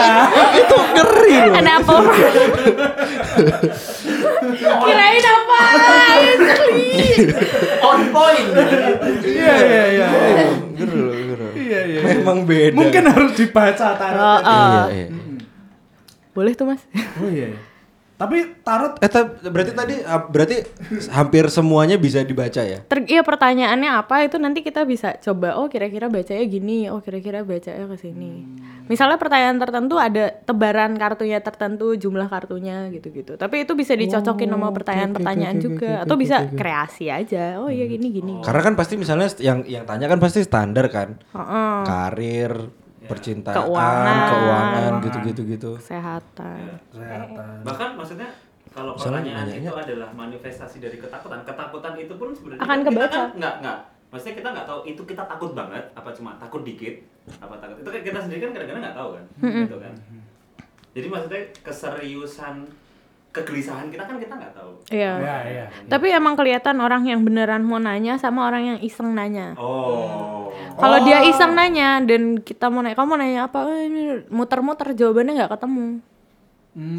E: itu ngeri loh.
D: Kenapa? Kirain apa?
B: On point.
A: Iya iya iya.
E: Ngeri loh, ngeri loh.
A: Iya iya.
E: Memang beda.
A: Mungkin ah. harus dibaca tarot.
E: Iya, iya.
D: Boleh tuh mas?
A: Oh iya. iya. Tapi tarot
E: Eh, ta- berarti tadi ah, berarti hampir semuanya bisa dibaca ya?
D: Ter iya pertanyaannya apa itu nanti kita bisa coba oh kira-kira bacanya gini oh kira-kira bacanya ke sini misalnya pertanyaan tertentu ada tebaran kartunya tertentu jumlah kartunya gitu-gitu tapi itu bisa dicocokin sama pertanyaan-pertanyaan juga atau bisa kreasi aja oh iya gini gini
E: Karena kan pasti misalnya st- yang yang tanya kan pasti standar kan.
D: Heeh.
E: Karir, percintaan,
D: Keuangan.
E: keuangan, gitu-gitu gitu.
D: kesehatan
B: Bahkan maksudnya kalau pertanyaan itu adalah manifestasi dari ketakutan, ketakutan itu pun sebenarnya
D: Akan
B: kita
D: kebaca.
B: kan nggak nggak. Maksudnya kita nggak tahu itu kita takut banget apa cuma takut dikit apa takut itu kan kita sendiri kan kadang-kadang nggak tahu kan gitu kan. Jadi maksudnya keseriusan kegelisahan kita kan kita nggak tahu.
D: iya
A: Iya iya.
D: tapi emang kelihatan orang yang beneran mau nanya sama orang yang iseng nanya
B: Oh.
D: Kalau dia iseng nanya dan kita mau nanya, kamu mau nanya apa? Eh, ini Muter-muter jawabannya nggak ketemu.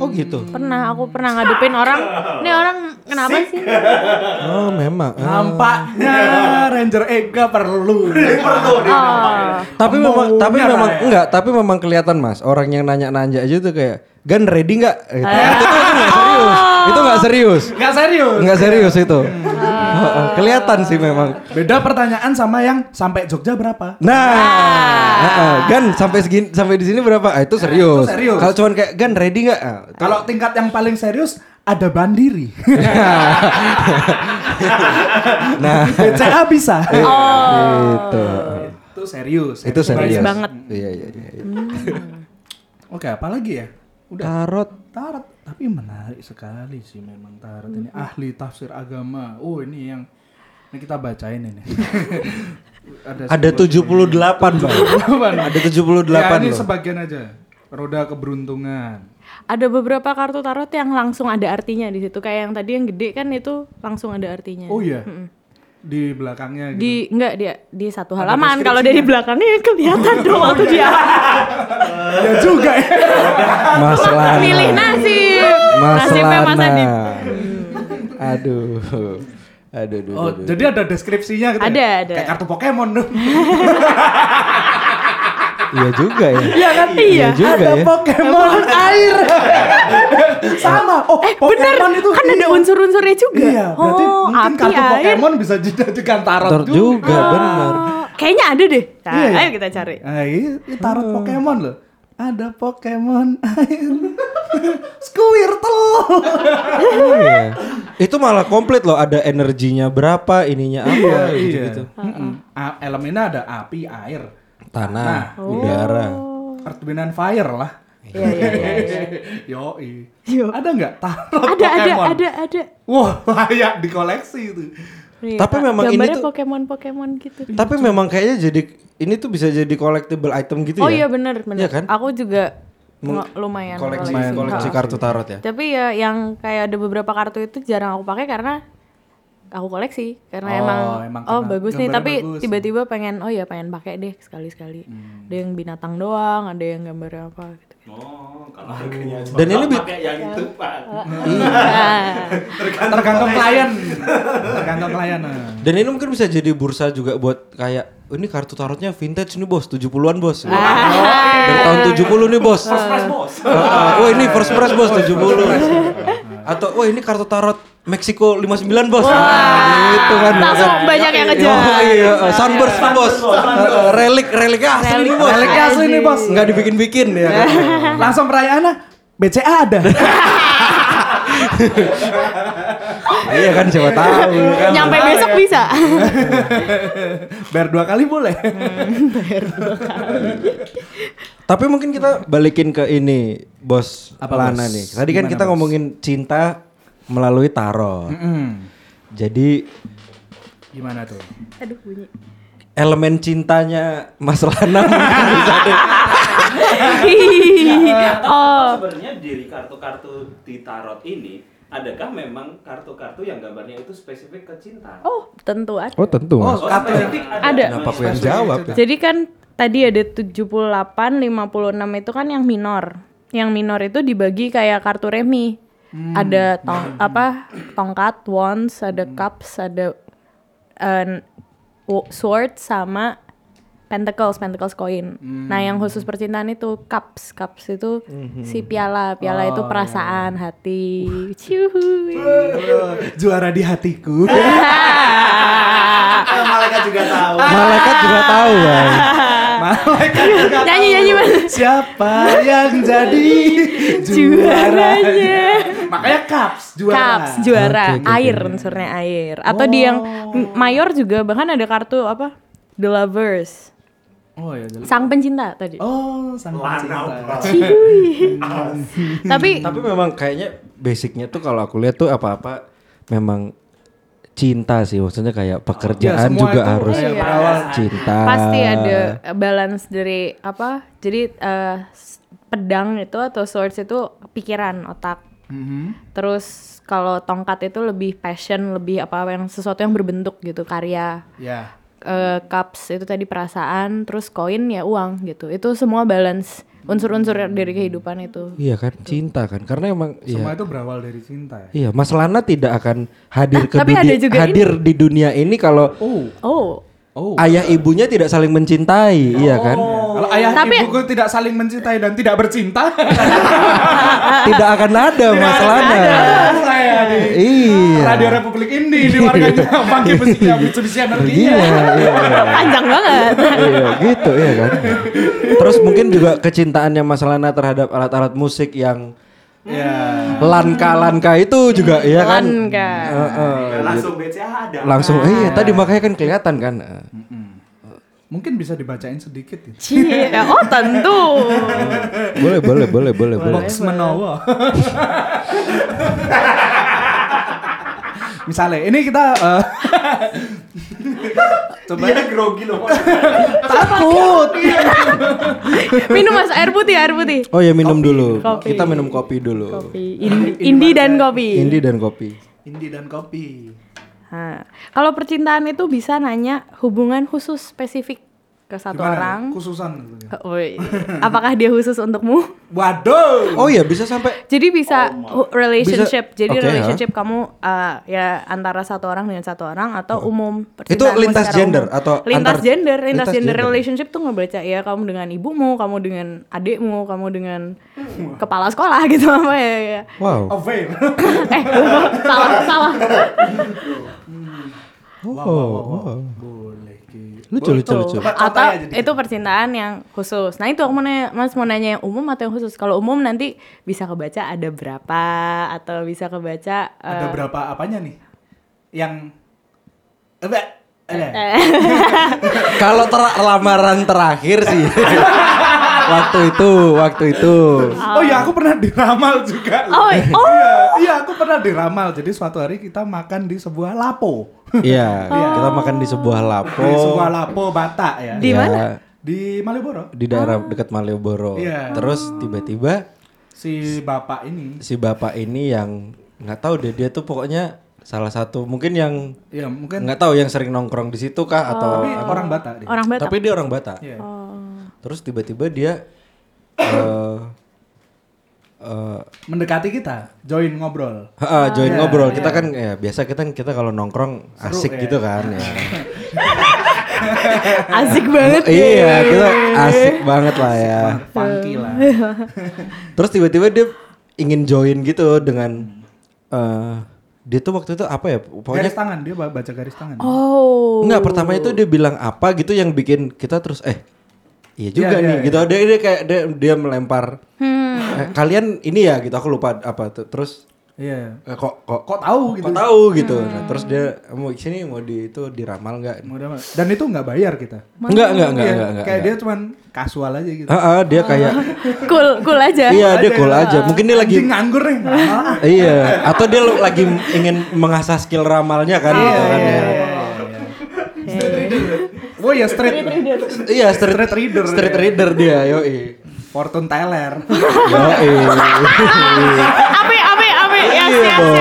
E: Oh gitu.
D: Pernah, aku pernah ngadepin orang. Nih orang kenapa sih?
E: Oh memang. Ah.
A: Nampaknya Ranger Ega perlu.
B: Perlu
A: ya?
B: di
D: Oh.
E: Tapi memang
A: Maunya
E: tapi memang
A: raya.
E: enggak, tapi memang kelihatan Mas. Orang yang nanya-nanya aja tuh kayak, "Gan ready enggak?" gitu. Itu tuh enggak serius. Itu
A: Gak
E: enggak serius.
A: serius.
E: Enggak serius itu. Heeh, kelihatan sih memang.
A: Beda pertanyaan sama yang sampai Jogja berapa?
E: Nah, heeh, Gan sampai segini sampai di sini berapa? Ah, itu serius.
A: itu serius.
E: Kalau cuman kayak Gan ready enggak? Ah, itu-
A: Kalau tingkat yang paling serius ada Bandiri.
E: nah,
A: BCA bisa.
E: gitu.
A: Itu serius.
E: Itu serius.
D: banget.
E: Iya, iya, iya.
A: Oke, apa lagi ya?
E: Tarot.
A: Tarot tapi menarik sekali sih memang tarot ini ahli tafsir agama. Oh ini yang ini kita bacain ini.
E: Ada 78, Bang. Ada 78
A: Ya, ini
E: loh.
A: sebagian aja. Roda keberuntungan.
D: Ada beberapa kartu tarot yang langsung ada artinya di situ. Kayak yang tadi yang gede kan itu langsung ada artinya.
A: Oh iya. Di belakangnya gitu.
D: Di enggak dia di satu halaman. Kalau dari belakangnya ya kelihatan dong waktu dia
A: Ya juga ya.
E: Masalah.
D: milih nasib. Nasibnya Mas
E: Masalah.
D: Andi.
E: Aduh. Aduh, aduh,
A: Oh,
E: aduh.
A: jadi ada deskripsinya gitu. ya?
D: Ada, ada.
A: Kayak kartu Pokemon dong.
E: Iya juga ya.
D: Iya kan? Iya.
E: juga ya.
A: Pokemon air. Sama. Oh,
D: Eh bener, kan ada unsur-unsurnya juga.
A: Iya, berarti
D: oh,
A: mungkin
D: api,
A: kartu
D: air.
A: Pokemon bisa dijadikan tarot,
E: Tarot juga Iya, benar.
D: Oh, Kayaknya ada deh. Nah,
A: Iya, iya.
D: Ayo kita cari.
A: Ah, iya, ini tarot Pokemon loh. Ada Pokemon air. Squirtle.
E: Iya. Itu malah komplit loh, ada energinya berapa, ininya apa Iya, gitu-gitu.
A: Iya. Mm-mm. A-
D: Ah,
A: Elemennya ada api, air, Nah.
E: Tanah,
D: Oh.
E: udara.
A: earth, wind, and fire lah.
D: Iya, iya, iya.
A: Yoi.
D: Yo.
A: Ada nggak tarot
D: Ada, ada,
A: Pokemon?
D: ada, ada.
A: Wah, layak dikoleksi itu.
D: Nih,
E: Tapi
D: Kak,
E: memang ini
D: gambarnya
E: tuh-
D: Pokemon-Pokemon gitu.
E: Tapi memang kayaknya jadi ini tuh bisa jadi collectible item gitu
D: Oh
E: ya.
D: iya bener, bener.
E: Iya kan?
D: Aku juga
E: Meng-
D: nge- lumayan
E: koleksi
D: koleksi.
E: koleksi kartu tarot ya.
D: Tapi ya yang kayak ada beberapa kartu itu jarang aku pakai karena aku koleksi karena
A: Oh,
D: emang,
A: emang
D: oh
A: karena
D: bagus nih
A: gambarnya
D: tapi
A: bagus.
D: tiba-tiba pengen oh ya pengen pakai deh sekali-sekali.
E: Hmm.
D: Ada yang binatang doang, ada yang gambarnya apa gitu.
B: Oh, kalau harganya aja.
E: Dan ini bi-
B: pakai yang itu,
D: Iya.
B: Pak.
D: Nah.
A: Tergantung klien. Tergantung klien. nah.
E: Dan ini mungkin bisa jadi bursa juga buat kayak "Oh, ini kartu tarotnya vintage nih bos, 70-an bos. Dari tahun 70 nih bos.
B: First
D: Iya.
B: price, Bos.
E: Ah, ah, wah ini first press bos 70. Atau wah ini kartu tarot Meksiko 59 bos. Gitu kan.
D: Langsung banyak yang ngejar.
E: Oh, iya, eh, sunburst nih bos. Eh, Relik relik asli nih bos.
A: Relik asli nih, Bos.
E: Enggak dibikin-bikin ya kan.
A: Langsung ah. perayaannya BCA ada.
E: Iya kan siapa tahu kan.
D: Nyampe besok bisa.
A: Bayar dua kali boleh. Hmm.
E: Tapi mungkin kita balikin ke ini, Bos
A: Apa,
E: Lana
A: Bos?
E: nih. Tadi kan
A: Gimana,
E: kita
A: Bos?
E: ngomongin cinta melalui tarot.
A: Mm-mm.
E: Jadi
A: Gimana tuh?
D: Aduh bunyi.
E: elemen cintanya Mas Lana mungkin bisa deh.
D: oh,
B: sebenarnya dari kartu-kartu di tarot ini adakah memang kartu-kartu yang gambarnya itu spesifik ke cinta?
D: oh tentu ada.
E: Oh, iya. tentu.
A: Oh,
E: Mas.
A: kartu yang
B: spesifik
D: Ada.
E: Kenapa aku yang jawab ya?
D: Jadi kan tadi ada 78, 56 itu kan yang minor. Yang minor itu dibagi kayak kartu remi. Ada tong apa tongkat, wands, ada cups, ada eh, wo- sword sama pentacles, pentacles coin. Nah, yang khusus percintaan itu cups. Cups itu si piala. Piala itu perasaan, hati. Ciuhuy.
A: Juara di hatiku.
B: Malaikat juga tahu.
E: Malaikat juga tahu, Bang.
A: Malaikat juga
D: Nyanyi,
A: tahu
D: nyanyi, Mas.
A: Siapa yang jadi
D: Juaranya.
A: Makanya cups juara.
D: Cups juara
E: Oke, Oh. oke,
D: air unsurnya air atau di yang m- mayor juga bahkan ada kartu apa The Lovers
A: Oh ya. jelas.
D: sang pencinta tadi
A: Oh, sang pencinta.
D: tapi
E: Tapi memang kayaknya basicnya tuh kalau aku lihat tuh apa-apa memang cinta sih maksudnya kayak pekerjaan
A: Iya, semua
E: juga
A: itu
E: harus
A: kayak
D: berawal
E: cinta
D: pasti ada eh, balance dari apa jadi eh, s- pedang itu atau swords itu pikiran otak
A: Mhm.
D: terus kalau tongkat itu lebih passion lebih apa yang sesuatu yang berbentuk gitu karya
A: Ya.
D: eh, cups itu tadi perasaan, terus koin ya uang gitu. Itu semua balance unsur-unsur dari kehidupan itu.
E: iya kan cinta kan karena emang iya.
A: Semua itu berawal dari cinta ya.
E: Iya, Mas Lana tidak akan hadir
D: Ah,
E: ke
D: tapi
E: dunia,
D: ada juga
E: hadir di dunia ini kalau
A: Oh.
D: Oh,
A: Oh.
E: ayah ibunya tidak saling mencintai, iya kan?
A: Ya. Kalau ayah
D: Oh. Tapi-
A: ibuku tidak saling mencintai dan tidak bercinta,
E: Tidak akan ada Mas Lana.
A: saya di
E: Iya.
A: Radio Republik Indi di warganya Bangki Besinya Mitsubishi Energinya.
E: Iya, iya,
D: panjang banget.
E: iya, gitu iya kan. Terus mungkin juga kecintaannya Mas Lana terhadap alat-alat musik yang
A: Ya.
E: lanka-lanka itu juga iya kan?
D: Lanka.
E: Eh, eh,
B: Langsung BCA ada.
E: langsung eh, iya tadi makanya kan kelihatan kan. eh.
A: Mungkin bisa dibacain sedikit ya.
D: Cie, oh tentu.
E: boleh boleh boleh boleh boleh
A: Box Menowo. Misalnya, ini kita eh, Iya. coba
B: Dia grogi loh.
A: takut.
D: Minum mas air putih, air putih.
E: oh ya minum dulu
D: Kopi.
E: kita minum kopi dulu
D: Kopi, indi, indi dan kopi.
E: Indi dan kopi
A: Indi dan kopi.
D: Ha. Kalau percintaan itu bisa nanya hubungan khusus spesifik ke satu
A: Gimana?
D: orang.
A: Khususan. gitu.
D: Woi, apakah dia khusus untukmu?
A: Waduh.
E: oh ya bisa sampai
D: Jadi
A: Oh
D: bisa hu-
E: Bisa-
D: relationship. Jadi
E: oke, ya. ha.
D: relationship kamu eh, ya antara satu orang dengan satu orang atau umum
E: Oh. Itu
D: percintaanmu
E: lintas
D: secara
E: gender
D: umum.
E: atau
D: lintas
E: antar-
D: gender, lintas,
E: lintas
D: gender,
E: gender.
D: relationship tuh ngebaca ya kamu dengan ibumu, kamu dengan adikmu, kamu dengan
A: Hmm.
D: kepala sekolah gitu apa ya. ya.
E: wow
A: Avail.
D: eh, salah, salah.
E: oh
A: Boleh.
D: Eh.
A: Ki.
E: lucu lucu
D: Tuh.
E: lucu
A: Coba
D: Atau
A: kota ya jadi.
D: itu percintaan yang khusus. Nah itu aku mau nanya, mas mau nanya yang umum atau yang khusus? Kalau umum nanti bisa kebaca ada berapa atau bisa kebaca eh,
A: Ada berapa apanya nih? Yang eh, ada ada.
D: Eh,
E: Kalau ter- lamaran terakhir sih. waktu itu, waktu itu.
A: Oh iya, aku pernah diramal juga.
D: Oh, i- oh.
A: Iya, iya, aku pernah diramal. Jadi suatu hari kita makan di sebuah lapo.
E: Iya, kita makan di sebuah lapo.
A: Di sebuah lapo Batak ya.
D: Di
E: Ya,
D: mana?
A: Di Malioboro.
E: Di daerah dekat Malioboro.
A: Iya.
E: Terus tiba-tiba
A: Si bapak ini.
E: si bapak ini yang nggak tahu deh dia tuh pokoknya salah satu mungkin yang
A: Ya, mungkin
E: nggak tahu yang sering nongkrong di situ kah atau
A: tapi orang Batak dia.
D: orang Batak.
E: tapi dia orang Batak.
A: Iya.
E: Terus tiba-tiba dia eh eh,
A: Mendekati kita, join ngobrol.
E: Ha, join ngobrol. Kita kan ya biasa kita kita kalau nongkrong asik
A: ya.
E: gitu kan ya.
D: Asik banget. ya,
E: iya, kita asik banget lah ya.
A: Funky lah.
E: Terus tiba-tiba dia ingin join gitu dengan eh, dia tuh waktu itu apa ya? Pokoknya
A: Garis tangan, dia baca garis tangan.
D: Oh.
E: enggak pertama itu dia bilang apa gitu yang bikin kita terus eh iya juga
A: Iya, iya,
E: nih gitu. Dia dia kayak dia, dia melempar "Eh, kalian ini ya gitu. Aku lupa apa tuh. Terus
A: Iya.
E: eh, kok kok
A: Kok tahu gitu?
E: kok tahu gitu. Nah, terus dia mau sini mau di itu diramal nggak?
A: Mudah-mudahan. Dan itu nggak bayar kita.
E: Enggak, enggak, enggak,
A: Iya,
E: enggak, enggak.
A: kayak
E: enggak.
A: dia cuman kasual aja gitu.
E: Ah, ah, dia kayak
D: Cool, cool aja.
E: iya dia cool aja. Mungkin dia lagi
A: Anjing nganggur nih.
E: Oh,
A: nggak mau ah.
E: iya, atau dia lo- lagi ingin mengasah skill ramalnya
A: Iya,
E: kan gitu kan ya.
A: Oh ya street.
E: Iya, street,
A: Street reader
E: Street
A: dia.
E: reader dia, yo.
A: Fortune teller.
E: Iya,
D: Ape, ape, ape. Ya,
E: Iya,
D: siap, siap.
E: Bos.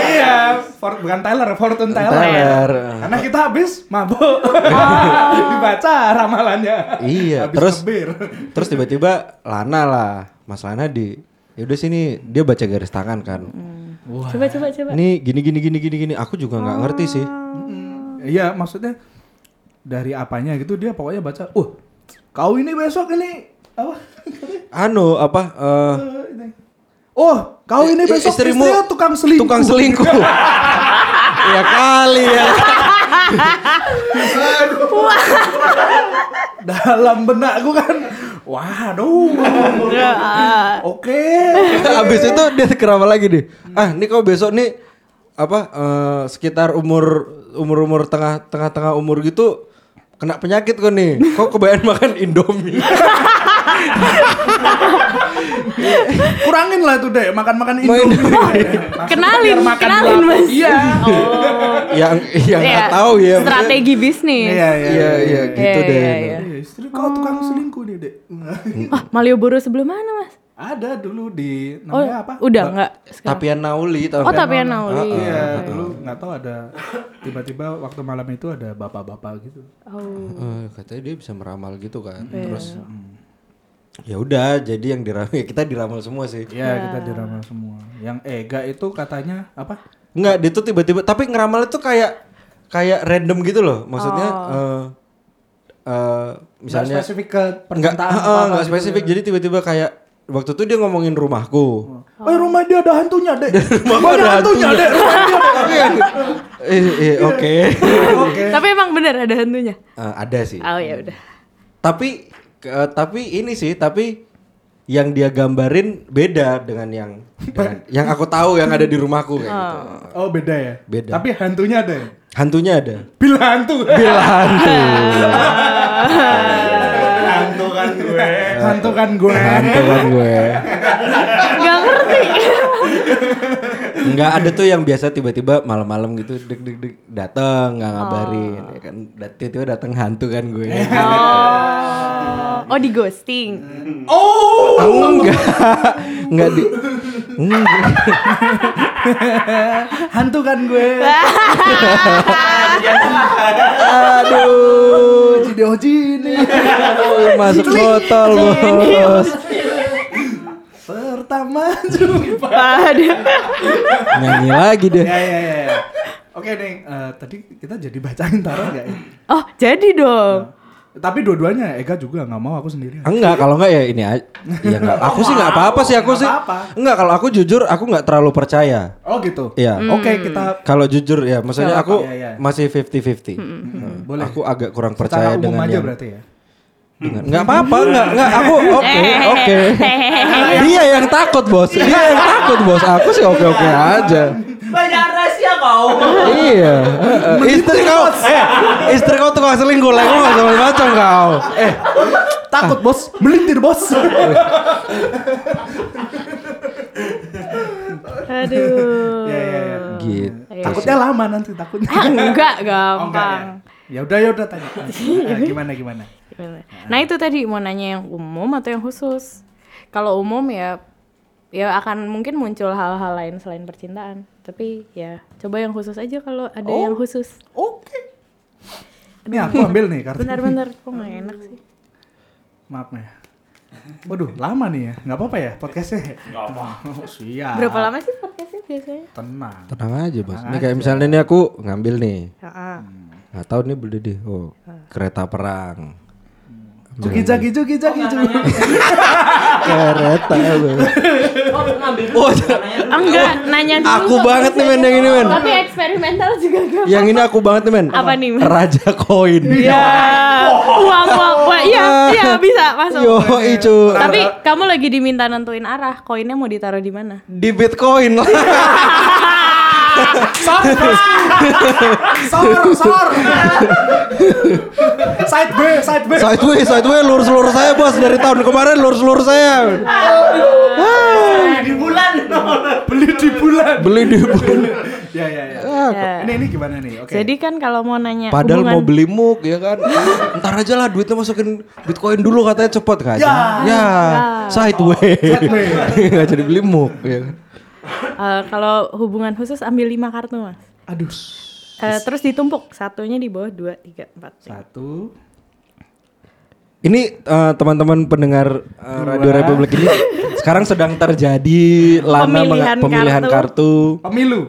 A: iya, for- bukan teller, fortune teller.
E: Teller.
A: Karena kita habis mabuk. Dibaca ramalannya.
E: Iya,
A: Habis
E: terus-
A: ngebir.
E: Terus tiba-tiba Lana lah, Mas Lana di ya udah sini dia baca garis tangan kan.
D: Coba, coba, coba.
E: Ini gini gini gini gini gini. Aku juga nggak ngerti sih.
A: Mm-mm. Iya, maksudnya dari apanya gitu dia pokoknya baca, "Uh, kau ini besok ini apa?
E: Anu apa eh,
A: Eh, ini. Oh, kau ini
E: I- i-
A: besok
E: istrimu
A: istrinya tukang selingkuh."
E: Tukang selingkuh. ya kali ya.
A: Dalam benakku kan, waduh.
D: Ya, ah.
A: Oke.
E: Abis itu dia kenapa lagi nih? Ah, ini kau besok nih apa eh, sekitar umur umur umur tengah tengah tengah umur gitu kena penyakit kau nih. Kau kebayang makan Indomie.
A: Kurangin lah tuh deh makan-makan
E: Main-
A: Indomie.
D: Kenalin,
A: Biar makan
D: kenalin
A: lapo.
D: mas.
A: Iya.
D: Oh.
E: yang yang nggak
D: Iya,
E: tahu ya. maksudnya-
D: Strategi bisnis.
A: Iya, iya,
E: Iya iya gitu
D: Iya,
E: deh.
D: iya, iya. Oh.
A: Iya, istri kau tukang selingkuh nih, Dek.
D: Ah, Malioboro sebelum mana mas?
A: Ada dulu di
D: Oh,
A: namanya apa?
D: udah nggak sekarang.
E: Tapian Nauli tau
D: Oh,
E: kan?
D: tapi yang nauli.
A: Iya, dulu nggak tahu ada tiba-tiba waktu malam itu ada bapak-bapak gitu.
D: Oh.
E: Eh, katanya dia bisa meramal gitu kan. Terus
A: Hmm.
E: ya udah jadi yang diramal ya kita diramal semua sih.
A: Iya, kita diramal semua. Yang Ega itu katanya apa?
E: Enggak, dia tuh tiba-tiba tapi ngeramal itu kayak kayak random gitu loh. Maksudnya eh eh, misalnya
A: Nggak spesifik gitu ke
E: enggak
A: percintaan
E: eh, eh, enggak
A: ya?
E: spesifik. Jadi tiba-tiba kayak waktu itu dia ngomongin rumahku.
A: Eh rumah dia ada hantunya, Dek. rumah ada
E: ada
A: hantunya,
E: hantunya.
A: Dek. Rumah dia ada-
E: Tapi yang- eh, eh, Iya, oke.
A: Oke.
D: Tapi emang bener ada hantunya.
E: Eh, ada sih.
D: Oh ya udah.
E: tapi ke- tapi ini sih tapi yang dia gambarin beda dengan yang dengan- yang aku tahu yang ada di rumahku kayak gitu
A: Oh, beda ya?
E: Beda.
A: Tapi hantunya ada. ya?
E: Hantunya ada.
A: Bila hantu.
E: Bil hantu.
B: Hantu kan gue.
A: hantu kan gue.
E: hantu kan gue.
D: Gak ngerti.
E: Enggak ada tuh yang biasa tiba-tiba malam-malam gitu deg deg deg datang nggak ngabarin ya kan Dat- tiba-tiba datang hantu kan gue.
D: Oh, oh di ghosting.
A: Oh.
E: enggak. Enggak di enggak.
A: Hantu kan gue.
E: Aduh.
A: Jadi Oji ini.
E: Masuk botol, Bos.
A: Pertama jumpa.
D: Pada
E: Nyanyi lagi deh.
A: ya ya ya. ya. Oke Neng, Eh, tadi kita jadi bacain tarot nggak ya?
D: Oh, jadi dong.
A: Tapi dua-duanya Ega juga nggak mau aku sendiri.
E: Enggak, kalau enggak ya ini aja. Ya enggak, aku sih enggak apa-apa sih aku
A: Nggak
E: sih.
A: apa-apa.
E: Enggak, kalau aku jujur aku enggak terlalu percaya.
A: Oh gitu.
E: Iya.
A: Oke kita
E: Kalau jujur ya, maksudnya
A: Nggak
E: aku
A: apa-apa, ya, ya.
E: masih 50-50. Hmm.
A: boleh.
E: Aku agak kurang
A: Secara
E: percaya
A: umum
E: dengan
A: aja
E: yang
A: berarti ya.
E: dengan- Enggak apa-apa, enggak, enggak aku oke, oke. Dia yang takut, Bos. Dia yang takut, Bos. Aku sih oke-oke aja.
B: Banyak rahasia kau.
E: iya. Eh, istri kau, eh, istri kau tukang selingkuh lah, kau nggak sama macam kau. Eh,
A: Takut bos, melintir bos.
E: Iya,
D: Aduh.
A: Ya, ya, ya.
E: gitu.
A: Takutnya lama nanti takutnya.
D: Ah, iya,
A: Oh,
D: enggak
A: enggak ya.
D: gampang.
A: Ya udah ya udah tanya. Eh, gimana gimana?
D: Nah, itu tadi mau nanya yang umum atau yang khusus? Kalau umum ya ya akan mungkin muncul hal-hal lain selain percintaan. Tapi ya coba yang khusus aja kalau ada yang khusus.
A: Oke. Ini aku ambil nih kartu.
D: Benar-benar kok nggak enak sih.
A: Maaf nih. Waduh, lama nih ya. Nggak apa-apa ya podcastnya. Nggak apa. Siap.
D: Berapa lama sih podcastnya biasanya?
A: Tenang.
E: Tenang aja, Bos. Ini kayak misalnya nih aku ngambil nih.
D: Heeh.
E: Nggak tahu nih beli deh. Oh,
D: Ah.
E: kereta perang.
A: Juki jaki juki
D: Oh,
A: jaki juki.
E: Kereta. ya, Bos.
B: Oh, ngambil. Oh,
D: Enggak, nanya dulu.
E: Aku
D: kok
E: banget nih,
D: biasanya.
E: Men, yang ini, Men.
D: Oh. Tapi eksperimental juga enggak.
E: Yang ini aku banget nih, men.
D: Apa nih, Men?
E: Raja koin.
D: Ya, uang uang uang. Iya, iya bisa masuk.
E: Yo, icu.
D: Tapi kamu lagi diminta nentuin arah, koinnya mau ditaruh di mana?
E: di Bitcoin lah.
A: Sor sor. side B side B.
E: sideway, sideway, lurus-lurus saya, Bos. Dari tahun kemarin lurus-lurus saya.
B: di bulan.
A: Beli di bulan.
E: Beli di
A: Ya ya ya.
D: Ya.
A: Ini ini gimana nih? Oke.
D: Jadi kan kalau mau nanya
E: Padahal mau
D: hubungan-
E: beli muk ya kan. Ntar aja lah duitnya masukin Bitcoin dulu katanya cepet kan. Ya. ya. Sideway. Gak jadi beli muk ya kan.
D: Eh, kalau hubungan khusus ambil lima kartu mas.
A: Aduh.
D: Eh, terus ditumpuk satunya di bawah dua tiga empat. lima.
A: Satu.
E: Ini eh, teman-teman pendengar eh, Radio Republik ini sekarang sedang terjadi lana
D: Pemilihan
E: menga- pemilihan kartu.
A: Pemilu.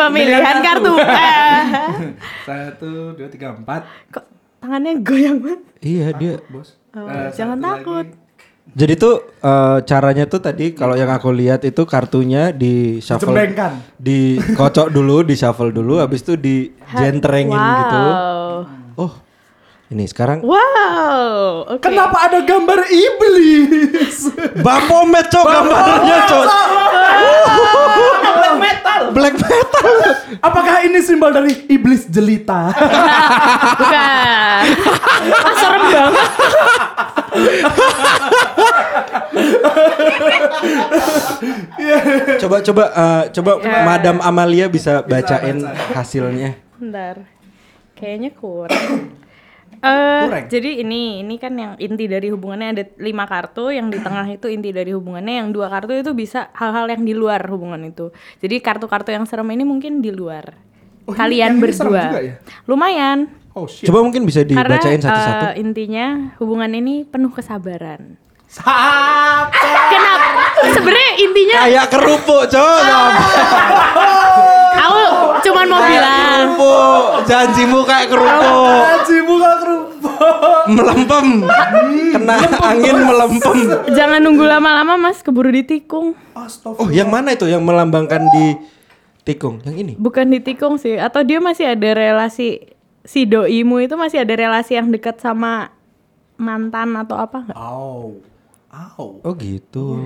D: Pemilihan kartu. Eh,
A: Satu, dua, tiga, empat.
D: Kok tangannya goyang banget?
E: Iya dia.
A: Bos.
D: Oh,
A: Eh,
D: jangan
A: satu
D: takut.
A: lagi.
E: Jadi tuh eh, caranya tuh tadi kalau yang aku lihat itu kartunya di shuffle,
A: Jembengkan.
E: dikocok dulu, di shuffle dulu, habis itu di jenterengin
D: wow.
E: gitu. Oh, ini sekarang
D: Wow. oke.
A: Kenapa ada gambar iblis?
E: Bapomet cok gambarnya cok.
B: Black metal.
E: Black metal.
A: Apakah ini simbol dari iblis jelita?
D: Bukan. Ah, serem banget.
E: coba coba eh, coba
D: Iya.
E: Madam Amalia bisa bacain hasilnya.
D: Bentar. Kayaknya kurang. Eh,
A: Kurang?
D: jadi ini ini kan yang inti dari hubungannya ada lima kartu yang di tengah itu inti dari hubungannya yang dua kartu itu bisa hal-hal yang di luar hubungan itu jadi kartu-kartu yang serem ini mungkin di luar
A: Oh, ini-
D: kalian
A: yang ini serem juga
D: berdua
A: ya?
D: lumayan
A: Oh shit.
E: Coba mungkin bisa
D: karena
E: dibacain satu-satu.
D: eh, intinya hubungan ini penuh kesabaran
A: Satu.
D: kenapa sebenarnya intinya
E: Kayak kerupuk cok.
D: Ah, aku cuman mau bilang
E: Kerupuk. Janjimu kayak kerupuk.
A: Aji buka kerupuk.
E: melempem kena angin melempem
D: jangan nunggu lama-lama mas keburu ditikung
E: oh
A: Astagfirullah.
E: yang mana itu yang melambangkan di tikung yang ini
D: Bukan ditikung sih, atau dia masih ada relasi si doimu itu masih ada relasi yang dekat sama mantan atau apa nggak?
A: Au. Au.
E: oh gitu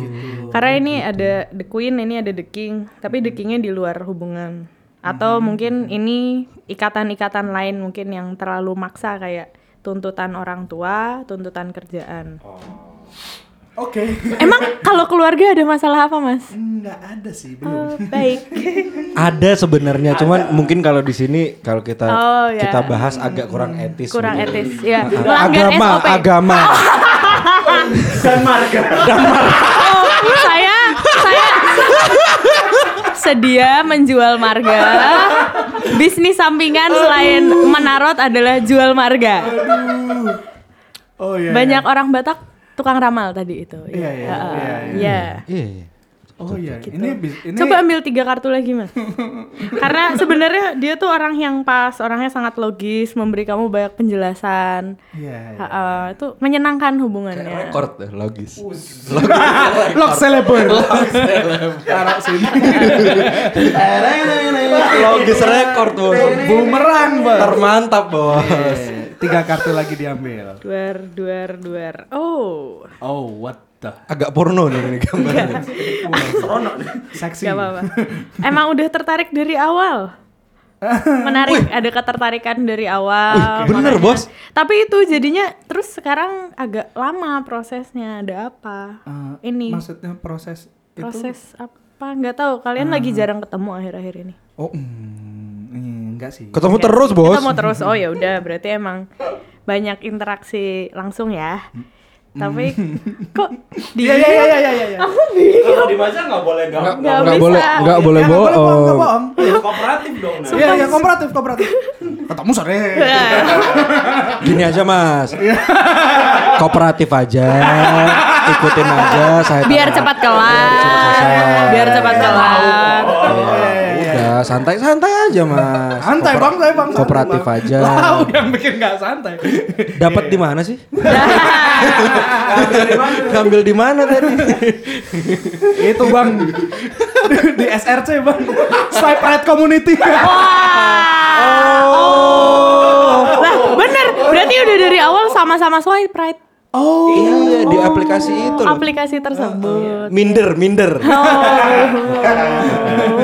D: Karena ini ada the queen, ini ada the king, tapi the kingnya di luar hubungan. atau mungkin ini ikatan-ikatan lain mungkin yang terlalu maksa kayak tuntutan orang tua, tuntutan kerjaan.
A: Oke.
D: Emang kalau keluarga ada masalah apa, Mas?
A: Nggak ada sih, belum.
D: Oh, baik.
E: Ada sebenarnya, cuman mungkin kalau di sini kalau kita
D: Oh, ya.
E: kita bahas agak kurang etis.
D: Kurang
E: gitu.
D: etis ya. Melanggar
E: Agama,
D: SOP.
E: agama.
D: Ah.
B: Dan marga.
D: Oh, saya saya sedia menjual marga. Bisnis sampingan selain menarot adalah jual marga.
A: Oh iya.
D: Banyak orang Batak tukang ramal tadi itu.
A: Iya, iya,
D: Heeh.
A: iya,
D: Iya.
E: Iya, iya.
A: Oh iya. Ini bis- ini
D: Gitu. Coba ambil tiga kartu lagi mas Karena sebenarnya dia tuh orang yang pas Orangnya sangat logis Memberi kamu banyak penjelasan
A: Iya. iya.
D: Heeh, Itu menyenangkan hubungannya
E: Rekord eh, logis.
A: Lock celeber. Taruh sini.
E: logis rekor tuh.
A: Bumerang, Bos.
E: Termantap, Bos.
A: Eh, Tiga kartu lagi diambil.
D: Duar, duar, duar Oh
A: Oh, what the?
E: Agak porno nih ini gambarnya.
A: Seksi.
D: Gak apa-apa Emang udah tertarik dari awal? Menarik, ada ketertarikan dari awal
E: Wih, bener,
D: makanya.
E: Bos.
D: Tapi itu jadinya Terus sekarang agak lama prosesnya Ada apa?
A: Eh,
D: Ini
A: Maksudnya proses itu.
D: proses apa nggak tahu kalian lagi jarang ketemu akhir-akhir ini
A: Oh, mm, eh, enggak sih.
E: Ketemu terus, Bos.
D: kita mau terus oh ya udah berarti emang banyak interaksi langsung ya tapi kok Oh,
A: Iya, iya, iya, iya, iya, iya.
D: aku bingung
B: Kalau di masa nggak boleh
E: Nggak
B: gabung.
D: Nggak
E: nggak
D: bisa.
E: boleh, nggak boleh
A: Ya, Nggak bohong, nggak
E: bohong.
A: bohong.
B: Kooperatif dong. Nah.
A: Iya, iya, komparatif, komparatif. Ketemu sore.
E: Gini aja, Mas. Kooperatif aja. Ikutin aja saya.
D: biar cepat kelar biar cepat kelar
E: Iya, Udah, santai-santai aja, Mas.
A: Santai, Bang, saya, Bang. santai,
E: Kooperatif
A: Bang.
E: aja.
A: Wow, yang bikin nggak santai.
E: Dapat di mana sih? Ngambil di mana tadi?
A: Itu, Bang. Di SRC, Bang. Swipe right community.
D: Wah. Lah, bener berarti udah dari awal sama-sama swipe right
A: Oh.
E: Iya, di aplikasi itu loh. Iya.
D: aplikasi tersebut
E: Minder, minder.
D: oh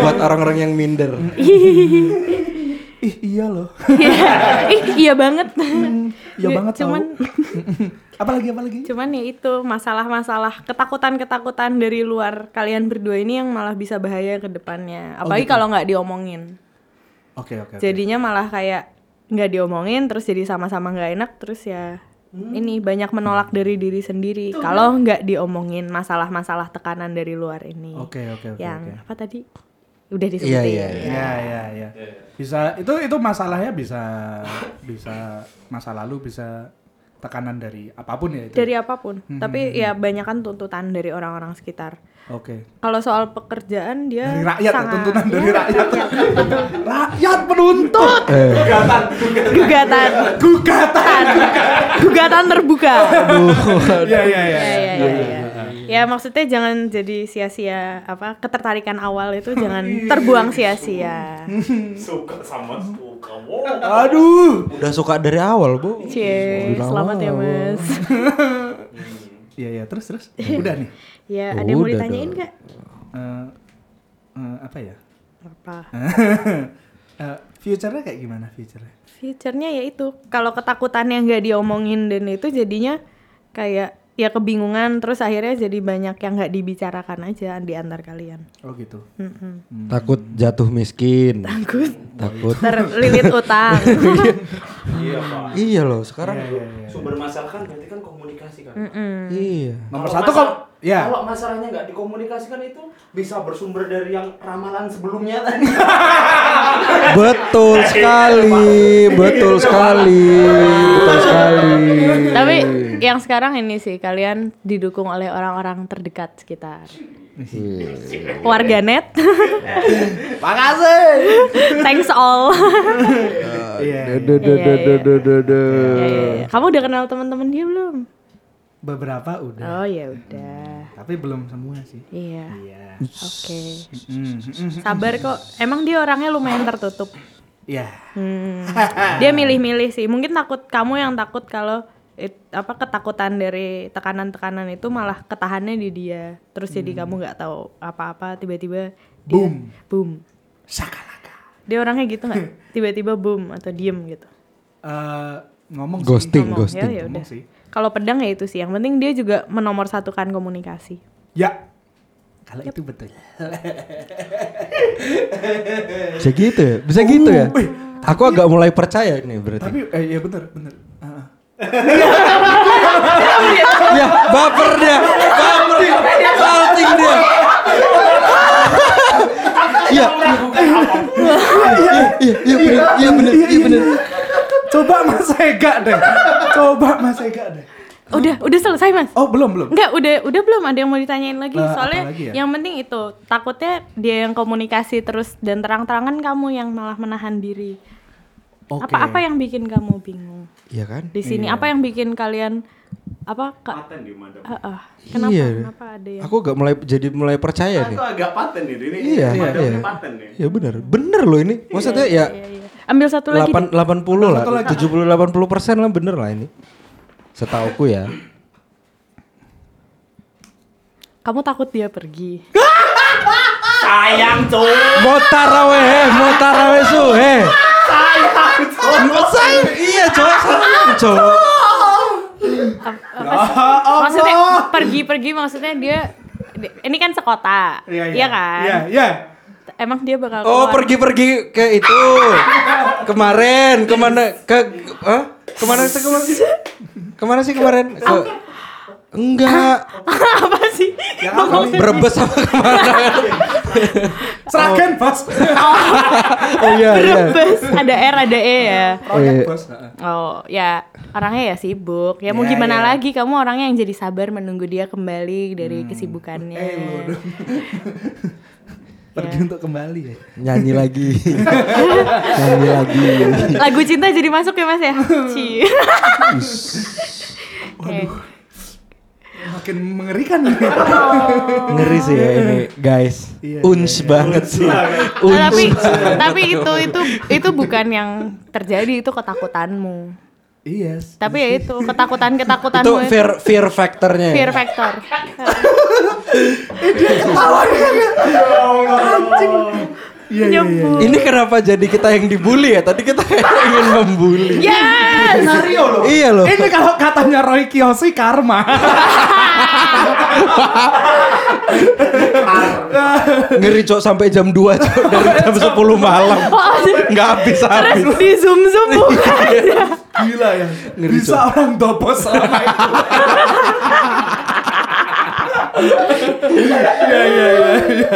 E: Buat orang-orang yang minder.
A: Ih, iya loh.
D: Iya. Ih, iya banget.
E: Hmm,
A: Iya banget tau.
D: Cuman
A: Apalagi, apalagi?
D: cuman ya itu masalah-masalah ketakutan-ketakutan dari luar kalian berdua ini yang malah bisa bahaya ke depannya.
E: Oh, gitu.
D: Apalagi kalau nggak diomongin.
A: Oke, oke. oke.
D: Jadinya malah kayak nggak diomongin terus jadi sama-sama nggak enak terus ya
A: Hmm.
D: ini banyak menolak dari diri sendiri kalau nggak diomongin masalah-masalah tekanan dari luar ini.
A: Oke, oke, oke,
D: Yang
A: oke.
D: apa tadi? Udah disebutin. Ya.
E: Iya, iya, iya.
A: Iya, iya, iya. Bisa itu itu masalahnya bisa bisa masa lalu bisa tekanan dari apapun ya itu.
D: Dari apapun.
A: hmm,
D: Tapi ya banyak kan tuntutan dari orang-orang sekitar.
A: Oke.
D: Kalau soal pekerjaan dia
A: Dari rakyat ya,
D: sangat-
A: tuntunan dari
D: Iya,
A: rakyat. rakyat menuntut
B: Gugatan.
D: gugatan,
A: gugatan.
D: gugatan terbuka.
A: Iya, iya, iya.
D: Ya, ya, ya, ya. Ya, maksudnya jangan jadi sia-sia apa ketertarikan awal itu jangan terbuang sia-sia.
B: Suka sama suka.
A: Aduh.
E: Udah suka dari awal, Bu. Iya.
D: Cie, selamat ya mas.
A: Iya, iya, terus terus. Udah nih.
D: ya ada yang mau
E: Udah
D: ditanyain
E: dong.
D: nggak?
A: Eh, eh, apa ya?
D: Apa?
A: Eh, future-nya kayak gimana future-nya?
D: Future-nya ya itu kalau ketakutan yang nggak diomongin dan itu jadinya kayak ya kebingungan terus akhirnya jadi banyak yang nggak dibicarakan aja di antar kalian.
A: Oh gitu.
D: Mm-mm.
E: Takut jatuh miskin.
D: Takut
E: Takut.
D: terlilit utang.
B: Iya pak.
E: Iya loh, sekarang.
A: iya.
B: Sumber masalah kan berarti kan komunikasi kan.
D: Mm-mm.
E: Iya.
A: Nomor
B: Kalau
A: satu kalau
B: masalah-
A: ya.
B: Kalau masalahnya nggak dikomunikasikan itu bisa bersumber dari yang ramalan sebelumnya tadi.
E: Betul sekali, betul sekali, betul sekali.
D: Tapi yang sekarang ini sih kalian didukung oleh orang-orang terdekat sekitar. Warganet.
A: Makasih.
D: Thanks all.
A: Iya.
E: Duh, duh, duh, duh, duh, duh, duh.
D: Ya, ya, ya. Kamu udah kenal teman-teman dia belum?
A: Beberapa udah,
D: Oh ya udah.
A: tapi belum semua sih.
D: Iya.
A: Iya.
D: Oke.
A: Mm, mm, mm.
D: Sabar kok. Emang dia orangnya lumayan tertutup.
A: Iya.
D: Hmm. Dia milih-milih sih. Mungkin takut kamu yang takut kalau it- apa ketakutan dari tekanan-tekanan itu malah ketahannya di dia.
A: Hmm.
D: Terus jadi kamu nggak tahu apa-apa tiba-tiba dia boom.
A: Sakalaka.
D: Dia orangnya gitu nggak? Tiba-tiba boom atau diem gitu.
A: Eh, ngomong sih.
E: Ghosting,
D: Ngomong,
E: ghosting.
D: Ya, ya udah.
A: Ngomong sih.
D: Kalau pedang ya itu sih. Yang penting dia juga menomorsatukan komunikasi.
A: Ya. Kalau itu betul.
E: Bisa gitu ya? Bisa gitu ya?
D: Uh,
E: Aku agak mulai percaya nih berarti.
A: Tapi eh, ya bener, bener. Ah, ah.
E: ya, baper dia. Baper dia. Salting dia. Iya. Iya, iya, iya bener, iya bener, iya bener.
A: Coba Mas Ega deh. Coba Mas Ega deh.
D: Udah, udah selesai mas.
A: Oh, belum, belum.
D: Enggak, udah udah belum ada yang mau ditanyain lagi.
A: Lah,
D: Soalnya
A: apa lagi ya?
D: yang penting itu takutnya dia yang komunikasi terus dan terang-terangan kamu yang malah menahan diri.
A: Oke.
D: Apa-apa yang bikin kamu bingung
E: Iya kan?
D: di sini? Apa yang bikin kalian apa Kak?
B: paten di madam
D: Ah, ah. kenapa
E: Iya.
D: kenapa ada yang
E: Aku agak mulai jadi mulai percaya nih.
B: itu agak paten nih ini
E: Iya,
B: madam
E: iya.
B: ini paten nih
E: Ya bener, bener loh ini. Maksudnya ya
D: Iya, iya. Ambil satu lagi.
E: delapan
D: deh.
E: delapan puluh lah,
A: Satu lagi.
E: tujuh puluh delapan puluh persen lah bener lah ini. Setauku ya.
D: Kamu takut dia pergi.
B: sayang cowok
E: Mau taraweh, heh, mau taraweh su, heh. Sayang, iya cowok, sayang cowok.
D: Ap- apa sih? ah, maksudnya pergi-pergi maksudnya dia di- ini kan sekota. Iya, kan?
A: Iya, iya.
D: Emang dia bakal
E: Oh
D: keluar.
E: pergi-pergi ke itu kemarin kemana ke Hah? kemana sih kemana kemana sih kemarin ke enggak
D: apa sih?
E: berbes sama kemana
A: Seragen, Bos.
E: oh iya iya
D: Brebes, ada R ada E ya.
E: Oh, iya.
A: Bos. ah, ah.
D: Oh ya orangnya ya sibuk. Ya mau
E: Iya,
A: Ya,
D: gimana
A: ya.
D: lagi kamu orangnya yang jadi sabar menunggu dia kembali dari
E: Hmm.
D: kesibukannya.
A: Eh, lu dong.
D: Iya.
A: Pergi untuk kembali ya.
E: nyanyi lagi nyanyi lagi
D: Lagu cinta jadi masuk ya Mas ya? Ci. Eh,
A: Makin mengerikan nih.
E: ngeri sih ya ini guys
A: Iya,
E: uns banget sih uns
D: tapi
E: uh.
D: tapi itu itu itu bukan yang terjadi itu ketakutanmu.
A: Iya.
D: Tapi ya itu
E: itu
D: ketakutan ketakutanmu
E: fear iya. fear factornya ya?
D: fear factor.
A: Iya, iya, iya.
D: Nyebut.
E: ini kenapa jadi kita yang dibully ya tadi kita kayak ingin membuli
D: Yes.
A: Skenario loh.
E: iya loh
A: Ini kalau katanya Roy Kiyoshi karma.
E: ngeri cok sampai jam 2 cok dari jam 10 malam nggak habis habis
D: Oh, Terus di zoom zoom
E: Iya,
D: bukan.
A: Gila ya.
E: Ngeri,
A: Bisa
E: Cok.
A: orang dopo selama itu. Iya, iya, iya. iya.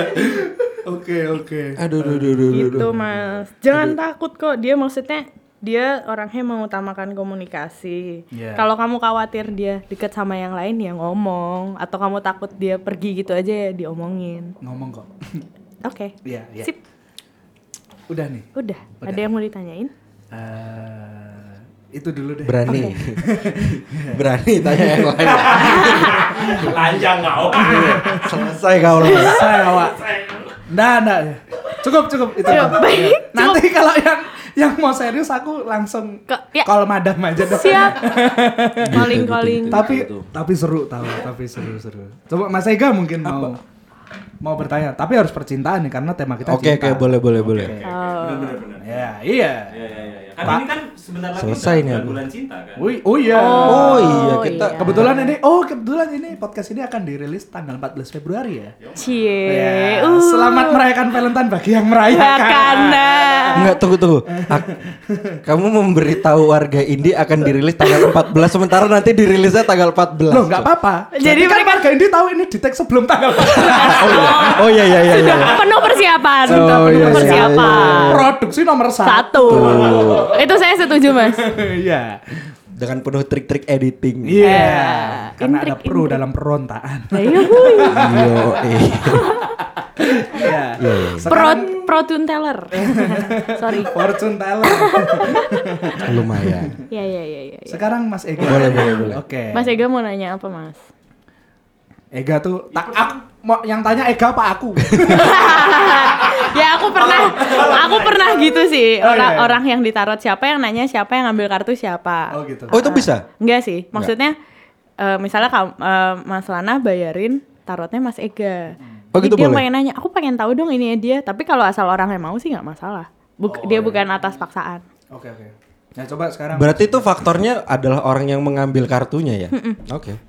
A: Oke, oke.
E: aduh aduh aduh aduh, aduh.
D: gitu mas jangan takut kok dia maksudnya dia orangnya mengutamakan komunikasi
A: Iya.
D: kalau kamu khawatir dia deket sama yang lain ya ngomong atau kamu takut dia pergi gitu aja ya diomongin
A: Ngomong kok.
D: oke
A: Iya, iya.
D: sip
A: Udah nih.
D: udah. ada yang mau ditanyain
A: Eh, itu dulu deh.
E: berani berani tanya yang lain
B: lanjang
E: Oh.
B: kau
E: selesai kau lah
A: Saya awak. Nah, nah. Cukup, cukup itu.
D: Cukup,
A: Iya.
D: baik, cukup.
A: Nanti kalau yang yang mau serius aku langsung
D: Ke- ya.
A: call madam aja deh.
D: siap calling calling
E: Nah,
A: tapi tapi seru tahu tapi seru seru coba mas Ega mungkin mau mau bertanya tapi harus percintaan nih karena tema kita
E: oke
A: cinta
E: oke boleh boleh boleh
B: benar-benar
A: ya iya
B: ya ya ya ya. karena ini kan sebentar lagi
E: Selesai nih
B: udah bulan,
E: aku.
B: bulan cinta kan
A: Wih, oh iya
E: oh iya kita
D: iya.
A: kebetulan ini oh kebetulan ini podcast ini akan dirilis tanggal 14 Februari ya
D: cie
A: Ya,
D: uh,
A: selamat merayakan Valentine bagi yang merayakan
D: Bakana.
E: Enggak, tunggu tunggu. Ak- kamu memberitahu warga Indi akan dirilis tanggal 14 sementara nanti dirilisnya tanggal Oh, 14.
A: Loh, nggak
E: Cok.
A: apa-apa.
D: Jadi
A: Jadi kan
D: mereka-
A: warga ini tahu ini di tag sebelum tanggal.
E: Oh iya. Oh iya iya iya. iya.
D: penuh persiapan
E: Sudah
D: penuh
E: penuh iya, iya,
D: persiapan
A: Produksi nomor Iya, satu.
D: satu itu saya setuju mas
A: Iya.
E: Dengan penuh trik-trik editing.
A: Iya.
D: Eh,
A: Karena ada
D: intrik,
A: pro dalam perontaan.
D: Ayo, wuih.
E: Iya. eh.
A: Iya.
D: Pro,
A: Sekarang-
D: Protune Teller. Sorry.
A: Fortune teller.
E: Lumayan.
D: Ya ya ya ya. ya.
A: Sekarang Mas Ega.
E: Boleh, boleh, boleh.
A: Oke.
D: Mas Ega mau nanya apa Mas?
A: Ega tuh tak aku mau yang tanya Ega apa aku?
D: ya aku pernah, aku pernah gitu sih.
A: Oh, iya,
D: Orang
A: iya.
D: orang yang ditarot siapa yang nanya siapa yang ngambil kartu siapa.
A: Oh gitu.
E: Oh itu bisa?
D: Enggak sih. Maksudnya eh, misalnya kamu eh, Mas Lana bayarin tarotnya Mas Ega.
E: Oh, gitu
D: Jadi dia
E: boleh?
D: ya pengen nanya, aku pengen tahu dong ini dia. Tapi kalau asal orang yang mau sih nggak masalah.
A: Oh,
D: Buk-
A: iya,
D: dia bukan atas paksaan.
A: Oke oke. Nah coba sekarang.
E: Berarti itu faktornya adalah orang yang mengambil kartunya ya? Oke.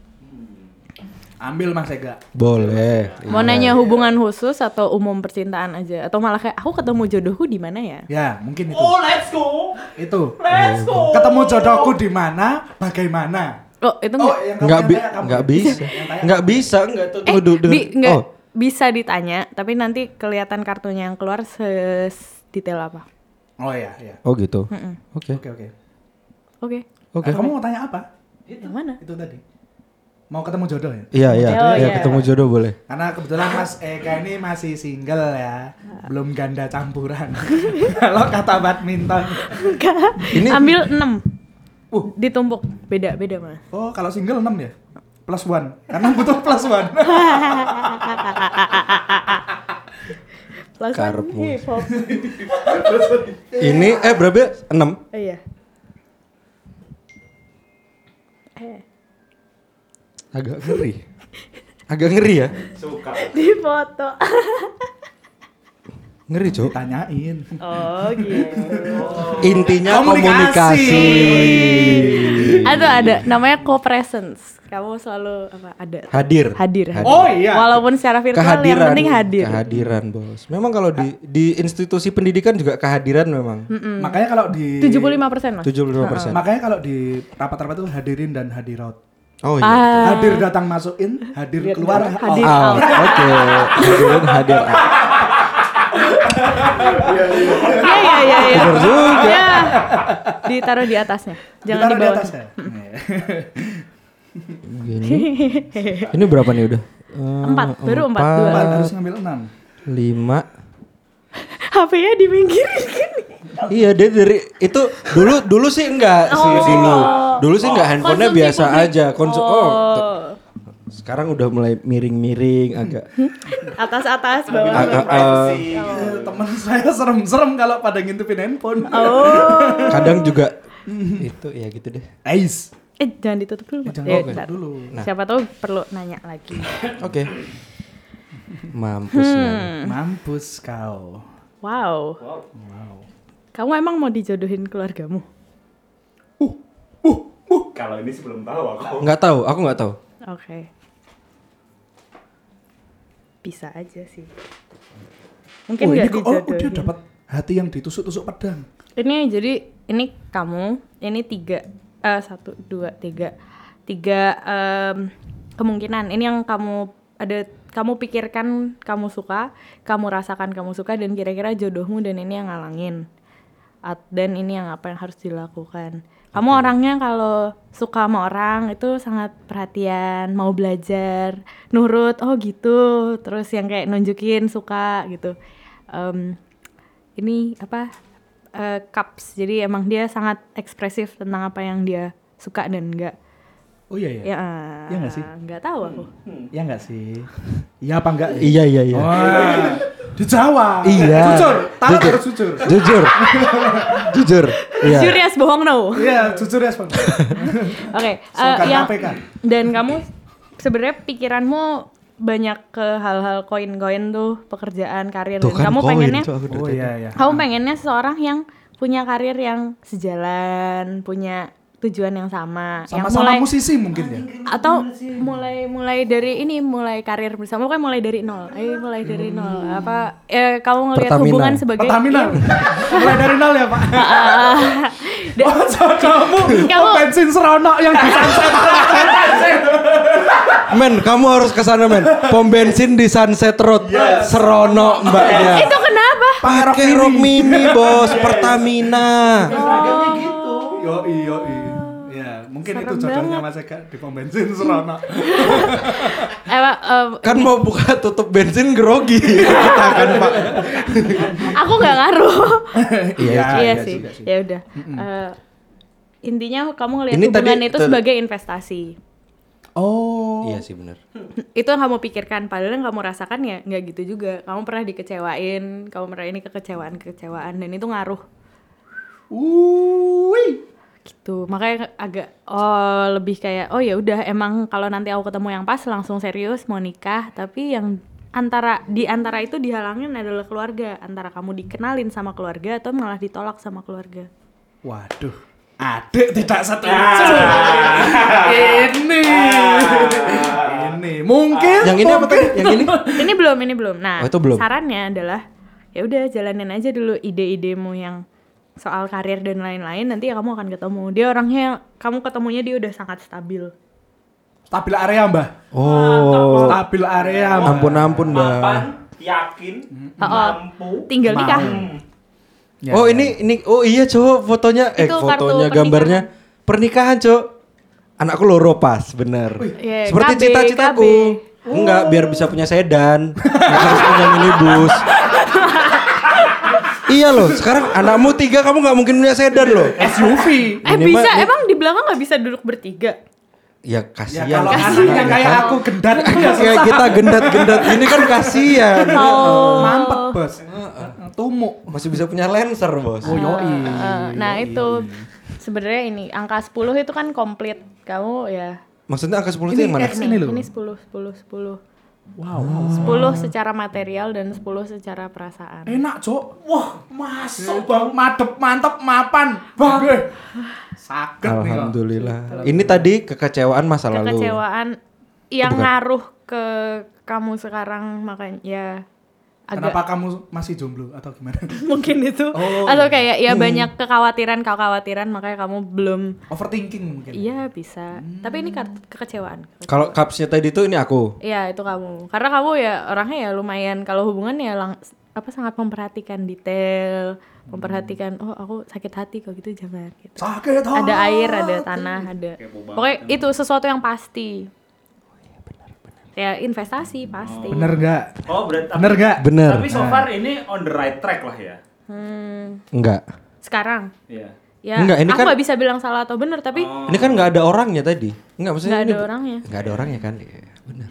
A: Ambil Mas Ega.
E: Boleh.
A: Iya,
E: Iya.
D: Mau nanya hubungan khusus atau umum percintaan aja atau malah kayak aku ketemu jodohku di mana ya?
A: Ya mungkin itu.
B: Oh, let's go.
A: Itu.
B: Let's go.
A: Ketemu jodohku di mana? Bagaimana?
D: Oh, itu
A: Oh
D: enggak.
A: yang kamu
E: Nggak
A: yang
E: bi
A: tanya kamu.
E: nggak bisa.
A: Yang tanya
E: Nggak bisa, nggak tuh
D: eh,
E: tuh,
D: bi-
E: dengan-
D: enggak.
E: Oh,
D: bisa ditanya, tapi nanti kelihatan kartunya yang keluar sedetail apa.
A: Oh iya iya.
E: oh gitu.
D: Mm.
E: Oke.
A: Oke oke.
D: Oke.
E: Oke.
A: Eh, Kamu mau tanya apa?
D: Gitu. Yang mana?
A: Itu tadi. Mau ketemu jodoh ya?
E: Iya, iya.
D: Oh,
E: Iya,
D: iya.
E: ketemu jodoh boleh.
A: Karena kebetulan Mas Ega ini masih single ya, belum ganda campuran. Kalau kata badminton.
D: Enggak.
E: Ini-
D: Ambil 6.
A: Uh.
D: Ditumpuk. Beda-beda, Mas.
A: Oh, kalau single 6 ya? Plus one. Karena butuh plus one.
D: Langsung
E: Karepmu.
D: hip-hop.
E: Ini eh berapa? ya? Enam.
D: Oh, iya. Eh,
E: Agak ngeri. Agak ngeri ya?
B: Suka.
D: di foto.
E: Ngeri, Cok.
A: Ditanyain.
D: Oh, gitu.
E: Intinya
A: Komunikasi.
E: komunikasi.
D: Atau ada namanya co-presence. Kamu selalu apa? Ada.
E: Hadir.
D: Hadir. hadir.
A: Oh iya.
D: Walaupun secara virtual yang penting hadir.
E: kehadiran bos memang kalau di di institusi pendidikan juga kehadiran memang
A: Makanya kalau di
D: 75% Mas.
E: 75 persen
A: Makanya kalau di rapat-rapat itu hadirin dan hadirat.
E: oh iya
D: Ah, iya.
A: Hadir datang masukin, hadir keluar. oh. out.
D: hadir
E: Ah,
D: out.
E: oke hadirin hadir ah.
D: Iya iya iya iya.
E: Bener juga.
D: Ya. Ditaruh di atasnya. Jangan
A: Ditaruh
D: di bawah.
A: atas ya.
E: Gini. ini berapa nih udah Eh,
D: Empat, baru empat, dua.
A: Empat, harus ngambil enam.
E: lima
D: HP-nya di pinggir gini.
E: iya dia dari itu dulu dulu sih enggak sih
D: Oh.
E: dulu dulu sih enggak handphonenya
D: Konsumsi
E: biasa
D: publik.
E: aja konsum oh, te-
D: Oh.
E: sekarang udah mulai miring-miring agak
D: Atas atas bawah.
E: agak eh,
A: Eh, Temen saya serem-serem kalau pada ngintipin handphone.
D: Oh.
E: kadang juga itu ya gitu deh
A: Ais.
D: Eh jangan ditutup dulu. Mas.
A: jangan
D: Ya,
A: ditutup
D: ntar.
A: dulu.
E: Nah.
D: Siapa tahu perlu nanya lagi.
E: Oke. Mampus
D: Hmm.
E: ya.
A: Mampus kau.
D: Wow. Kamu emang mau dijodohin keluargamu?
B: Kalau ini sih belum tahu aku.
E: Nggak tahu, aku nggak tahu.
D: Oke. Bisa aja sih. Mungkin
A: Oh, ini
D: nggak
A: kok oh,
D: dijodohin.
A: dia dapat hati yang ditusuk-tusuk pedang.
D: Ini jadi ini kamu, ini tiga, eh satu, dua, tiga, tiga em, kemungkinan. Ini yang kamu ada, kamu pikirkan kamu suka, kamu rasakan kamu suka, dan kira-kira jodohmu dan ini yang ngalangin. At- dan ini yang apa yang harus dilakukan. Kamu orangnya kalau suka sama orang itu sangat perhatian, mau belajar, nurut, oh gitu. Terus yang kayak nunjukin suka gitu. Em, ini apa eh, cups. Jadi emang dia sangat ekspresif tentang apa yang dia suka dan enggak.
A: Oh iya iya.
D: Ya,
A: Iya nggak sih?
D: Enggak tahu aku.
A: Iya enggak sih? Iya apa enggak?
E: Iya iya iya.
A: Wah, di Jawa.
E: Iya.
A: Jujur, taruh
E: Jujur.
A: harus jujur.
E: Jujur. Jujur. Iya.
D: Jujur ya, bohong no.
A: Iya, jujur ya, Bang.
D: Oke, eh,
A: Songkan
E: ya,
D: yang
A: KPK.
D: dan kamu sebenarnya pikiranmu banyak ke hal-hal koin-koin tuh pekerjaan karir
E: Tuh
D: dan
E: kan
D: ya, kamu
E: koin, ya?
D: pengennya
E: Cok, aku udah
A: Oh
E: tadi.
A: iya iya.
D: kamu pengennya seorang yang punya karir yang sejalan, punya tujuan yang sama, yang
A: Sama-sama musisi mungkin ya.
D: atau mulai mulai dari ini mulai karir bersama kan mulai dari nol eh mulai dari nol apa eh kamu ngelihat
E: Hmm. Pertamina.
D: hubungan sebagai
A: Pertamina. Mulai dari nol ya, Pak.
D: iya. Dan-
A: Oh, kamu,
D: Kamu-
A: bensin seronok yang di sunset.
E: Men, kamu harus ke sana, men. Pom bensin di Sunset Road. Serono mbaknya.
D: itu kenapa
E: Pakai rok mini, Bos. Pertamina.
A: Seragamnya gitu. Yo iyo iyo. Ya, mungkin
D: Serem
A: itu jodohnya Mas Eka di pom bensin seronok.
D: Eh, eh,
E: Kan mau buka tutup bensin grogi.
A: Iya,
E: Kita kan, Pak.
D: aku nggak ngaruh
E: Iya,
D: iya,
A: juga
D: sih ya udah Eh, intinya kamu ngelihat
E: Ini tadi-
D: hubungan itu
E: tadi-
D: sebagai investasi
A: Oh.
E: Iya sih benar.
D: itu yang kamu pikirkan padahal yang kamu rasakan ya nggak gitu juga kamu pernah dikecewain kamu pernah ini kekecewaan kekecewaan dan itu ngaruh
A: Wuih.
D: gitu makanya agak oh lebih kayak oh ya udah emang kalau nanti aku ketemu yang pas langsung serius mau nikah tapi yang antara di antara itu dihalangin adalah keluarga antara kamu dikenalin sama keluarga atau malah ditolak sama keluarga
A: Waduh. Adik tidak satu itu. Ah. Ini. Ah. Ini mungkin
E: Yang ini apa tadi? Yang ini?
D: ini belum ini belum nah
E: Oh, itu belum.
D: sarannya adalah ya udah jalanin aja dulu ide-idemu yang soal karir dan lain-lain nanti ya kamu akan ketemu dia orangnya kamu ketemunya dia udah sangat stabil
A: stabil area, Mbah.
E: Oh.
A: Stabil area, Mbah.
E: Ampun ampun,
B: Mapan,
E: Mbak.
B: yakin,
D: Oh, oh.
B: mampu.
A: Mau.
D: tinggal nikah
A: Ya.
E: Oh, ini ini oh iya, Cok, fotonya eh
D: Itu kartu
E: fotonya
D: pernikahan.
E: gambarnya pernikahan, Cok. Anakku loro pas, bener.
D: Iya,
E: Seperti
D: KB,
E: cita-citaku. Enggak, biar bisa punya sedan. Enggak harus punya minibus. iya loh, sekarang anakmu tiga kamu nggak mungkin punya sedan loh.
A: SUV.
D: eh
E: Ini
D: bisa
E: mah- ini-
D: emang di belakang nggak bisa duduk bertiga
E: Ya
A: Ya
E: kasihan.
A: kalau
E: kasihan,
A: anaknya
E: ya
A: kayak
E: kan?
A: aku gendat ya
E: kayak kita gendat-gendat ini kan kasihan.
D: oh
A: mampet, Bos. Tumuk.
E: Masih bisa punya lenser, Bos.
A: Oh, yoi.
E: iya,
D: Heeh, nah itu sebenarnya ini angka 10 itu kan komplit kamu ya
E: Maksudnya angka 10 itu yang mana?
A: X ini loh.
D: ini 10 10 10
A: Wow.
D: 10 secara material dan 10 secara perasaan
A: Enak, Cok. Wah, masuk Bang. Madep, mantep, mapan. Bang. Sakit nih, Cok.
E: Alhamdulillah. Ini tadi kekecewaan masa lalu.
D: kekecewaan yang
E: bukan.
D: ngaruh ke kamu sekarang makanya ya agak
A: Kenapa kamu masih jomblo atau gimana?
D: mungkin itu atau kayak ya banyak kekhawatiran kekhawatiran makanya kamu belum
A: Overthinking mungkin.
D: iya bisa tapi ini kartu kekecewaan
E: Kalau cupsnya tadi itu ini aku.
D: Iya itu kamu karena kamu ya orangnya ya lumayan kalau hubungan ya lang apa sangat memperhatikan detail memperhatikan oh aku sakit hati kok gitu jangan gitu
A: Sakit
E: Oh,
A: hati.
D: ada air ada tanah ada pokoknya itu sesuatu yang pasti
E: Oh, iya,
D: ya investasi pasti
A: Bener nggak?
B: Oh, berarti
A: Bener nggak?
E: Bener.
B: Tapi so far ini on the right track lah ya.
D: Hmm,
E: Enggak.
D: sekarang
B: Iya.
D: ya
E: Enggak, ini
D: aku
E: kan-
D: nggak bisa bilang salah atau benar tapi
E: Ini kan nggak ada orangnya tadi. Enggak maksudnya
D: nggak ada
E: ini-
D: orangnya
E: Nggak ada orangnya kan? Iya, benar.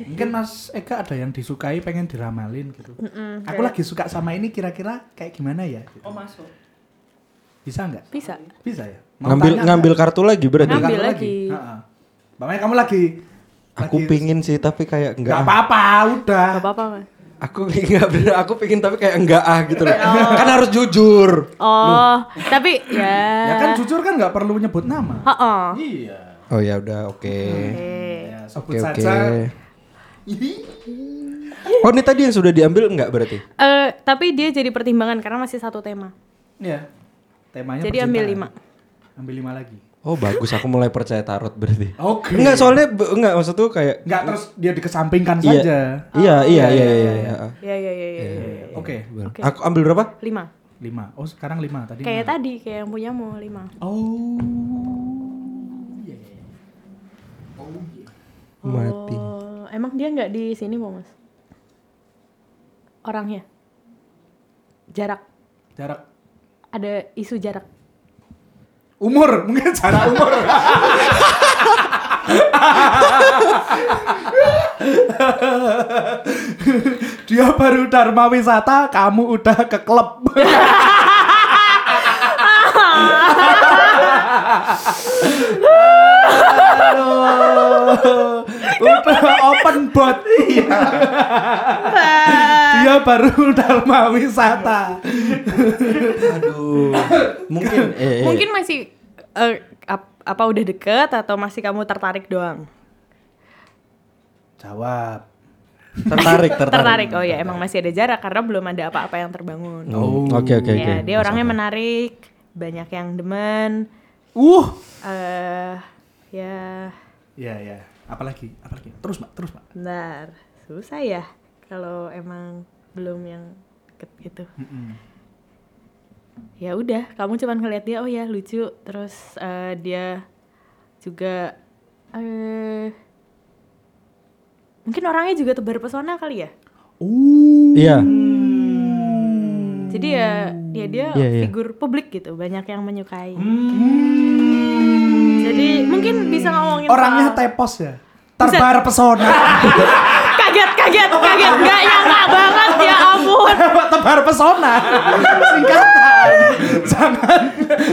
A: Mungkin Mas Eka ada yang disukai pengen diramalin gitu.
D: Mm-mm,
A: Aku
D: kayak-
A: lagi suka sama ini kira-kira kayak gimana ya? gitu.
B: Oh, masuk.
A: Bisa nggak?
D: bisa
A: Bisa ya. Mau
E: Ngambil
A: tanya
E: ngambil
A: nggak?
E: kartu lagi berarti.
D: Ngambil
A: Kartu
D: lagi.
A: Ha-ha. Makanya kamu lagi.
E: Aku pingin sih tapi kayak
A: Gak
E: enggak. ah.
A: apa-apa, udah.
D: nggak apa-apa Mas.
E: Aku enggak bener. Aku pingin tapi kayak enggak ah gitu loh. Kan harus jujur.
D: oh tapi ya
A: Ya kan jujur kan nggak perlu nyebut nama.
D: Ha-ha.
A: Iya.
E: Oh ya udah oke.
D: Eh,
A: Ya, sebut
E: Oke oke.
A: saja.
E: Oh ini tadi yang sudah diambil enggak berarti?
D: eh, tapi dia jadi pertimbangan karena masih satu tema
A: Iya. Temanya
D: Jadi ambil
A: percintaan.
D: lima.
A: Ambil lima lagi.
E: Oh bagus aku mulai percaya tarot berarti.
A: Oke.
E: Enggak soalnya be- enggak maksud tuh kayak
A: Nggak terus dia dikesampingkan
E: Iya.
A: saja.
E: Iya
D: Oh,
E: iya iya iya. iya.
D: ya ya ya ya, ya.
A: Oke,
D: Oke.
E: Aku ambil berapa?
D: lima
A: lima. Oh sekarang lima tadi.
D: kayak
A: enam.
D: tadi kayak yang punyamu lima
A: Oh. Iya,
E: Mati.
D: oh, emang dia nggak di sini mau mas orangnya jarak
A: Jarak
D: ada isu jarak
A: umur mungkin jarak umur. dia baru dharma wisata, kamu udah ke klub. Aduh. Udah open bot. Dia baru dharma wisata.
E: Aduh. Mungkin eh, eh.
D: mungkin masih eh, ap- apa udah deket atau masih kamu tertarik doang
A: Jawab.
E: tertarik
D: tertarik,
E: tertarik.
D: oh ya emang masih ada jarak karena belum ada apa-apa yang terbangun
E: Hmm, Oke oke oke.
D: ya dia orangnya menarik banyak yang demen
A: Uh.
D: eh ya
A: Ya ya. Apalagi? Apalagi? Terus, Mbak. Terus, Mbak.
D: bentar susah ya kalau emang belum yang deket gitu ya udah kamu cuman ngeliat dia oh ya lucu terus eh, dia juga eh mungkin orangnya juga tebar pesona kali ya
A: Uh.
E: Iya.
D: jadi ya ya dia
E: Iya, iya.
D: figur publik gitu banyak yang menyukai jadi mungkin bisa ngomongin
A: Orangnya
D: soal-
A: tepos ya. Terbar pesona.
D: kaget kaget kaget nggak nyangka banget ya ampun
A: Tebar pesona. Singkatan. jangan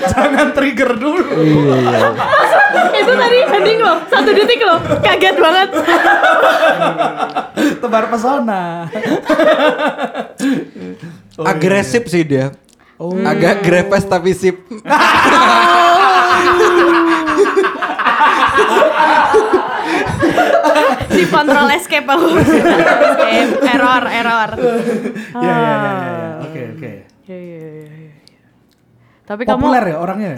A: jangan trigger dulu.
D: itu tadi heading loh satu detik loh kaget banget
A: Tebar pesona.
E: Oh, iya, Agresif sih dia.
D: Hmm.
E: Agak grepes tapi sip.
D: si kontrol escape aku Escape. error error
A: Ya ya ya ya,
D: Ah.
A: ya. Oke oke.
D: Iya, iya, iya, iya. tapi
A: Populer
D: kamu
A: ya orangnya.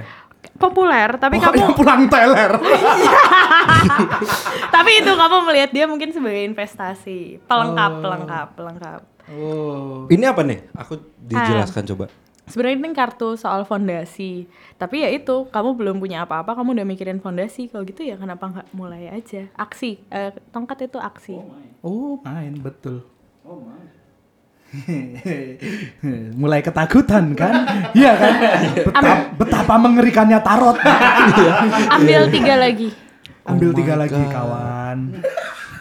D: populer tapi
A: Oh,
D: kamu
A: yang pulang teler.
D: tapi itu kamu melihat dia mungkin sebagai investasi pelengkap pelengkap pelengkap
A: Oh.
E: Ini apa nih? Aku
D: Ah.
E: dijelaskan coba.
D: sebenarnya ini kartu soal fondasi tapi ya itu kamu belum punya apa-apa kamu udah mikirin fondasi kalau gitu ya kenapa nggak mulai aja aksi Eh, tongkat itu aksi
A: Oh main betul.
B: Oh,
A: Mulai ketakutan kan? Iya kan? Betapa, betapa mengerikannya tarot.
D: Iya. ambil tiga lagi
A: Oh Ambil tiga lagi kawan.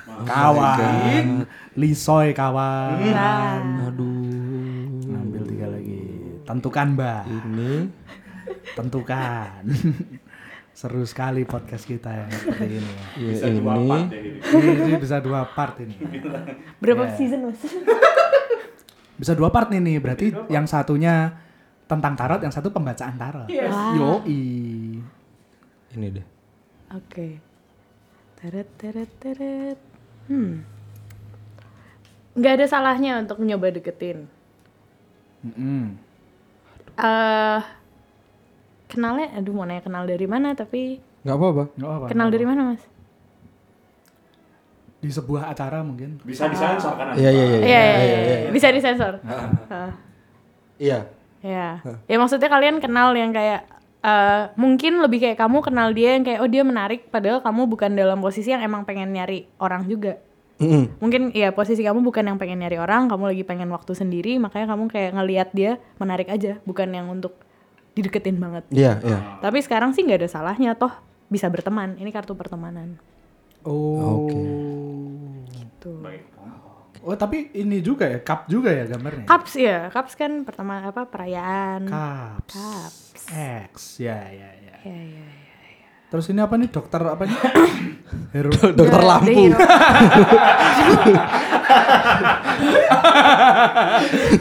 A: Oh Kawan. Lisoy
E: Hmm.
A: kawan.
D: nah
E: Aduh.
A: Ambil tiga lagi. Tentukan mbak.
E: Ini
A: Tentukan. Seru sekali podcast kita yang seperti ini.
E: ya
B: Bisa dua
E: ini.
B: part deh ini.
A: Ini, ini bisa dua part ini. Iya.
D: berapa season mas
A: Bisa dua part nih nih. Berarti yang satunya tentang tarot, yang satu pembacaan tarot.
D: Wah.
A: Yoi.
E: Ini deh.
D: Oke. Teret teret teret. Hmm. Nggak ada salahnya untuk nyoba deketin.
A: Mm-mm.
D: Eh kenalnya aduh mau nanya kenal dari mana tapi
E: Gak apa-apa.
A: Nggak apa-apa,
D: kenal
A: nggak
D: dari mana, Mas?
A: apa-apa. di sebuah acara mungkin.
B: Bisa disensor kanan.
E: Iya iya iya.
D: Iya, iya, iya, iya. Bisa disensor. Ah,
E: Iya.
D: Iya. Ya maksudnya kalian kenal yang kayak eh mungkin lebih kayak kamu kenal dia yang kayak oh dia menarik padahal kamu bukan dalam posisi yang emang pengen nyari orang juga.
E: Mm-mm.
D: mungkin ya posisi kamu bukan yang pengen nyari orang kamu lagi pengen waktu sendiri makanya kamu kayak ngelihat dia menarik aja bukan yang untuk dideketin banget
E: Iya iya.
D: tapi sekarang sih nggak ada salahnya toh bisa berteman ini kartu pertemanan
A: Oh.
E: Oke.
D: tuh
B: Baik.
A: Oh tapi ini juga ya, cup juga ya gambarnya.
D: cups ya cups kan pertama apa perayaan
A: Cups.
D: Cups.
A: X. Ya ya ya.
D: ya, ya.
A: Terus ini apa nih dokter apa nih? Hero.
E: Dokter
D: The-
E: lampu.
D: the hero-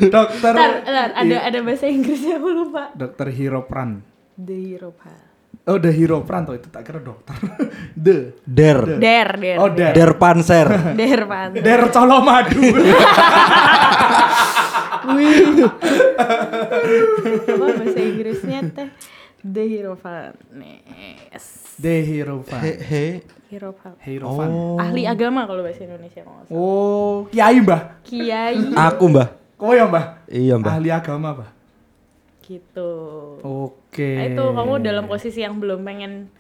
A: dokter.
D: Bentar, bentar, ada ada bahasa Inggrisnya aku lupa
A: Dokter Hiropran.
D: the hero pal.
A: Oh the Hiropran tuh itu tak kira dokter. the.
E: Der.
D: der der
A: Oh der.
E: Der Panser.
D: der pan
A: Der Colomadu.
D: apa bahasa Inggrisnya teh the hero pal Nes.
A: the Hiropran.
E: Hehe.
D: hero pal
E: Oh.
A: Hiropran.
D: ahli agama kalau bahasa Indonesia kalau nggak salah.
A: Oh. Kiai mbah.
D: kiai
E: Aku mbah.
A: Kowe ya mbah.
E: Iya mbah.
A: Ahli agama mbah.
D: gitu
A: Oke.
D: Nah, itu kamu dalam posisi yang belum pengen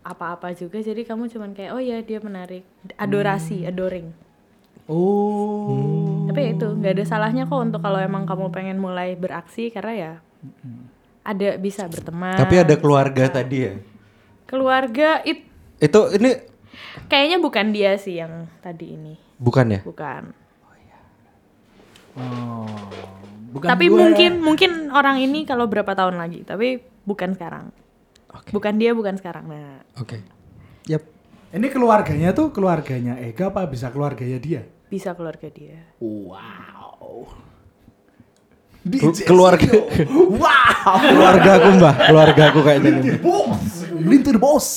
D: apa-apa juga jadi kamu cuman kayak oh ya dia menarik adorasi adoring
A: Oh.
D: tapi ya itu nggak ada salahnya kok untuk kalau emang kamu pengen mulai beraksi karena ya ada bisa berteman
E: Tapi ada keluarga tadi ya.
D: keluarga it
E: Itu ini
D: kayaknya bukan dia sih yang tadi ini
E: bukan ya?
D: bukan
A: Oh. Bukan
D: tapi
A: gua.
D: mungkin mungkin orang ini kalau berapa tahun lagi tapi bukan sekarang bukan dia bukan sekarang nah
E: Oke. Yap.
A: Ini keluarganya tuh keluarganya Ega apa bisa keluarganya dia?
D: bisa keluarga dia
A: Wow.
E: Ke- keluarga
A: Wow.
E: keluarga aku mbah. Keluarga aku kayaknya nih.
A: Bos, melintir bos.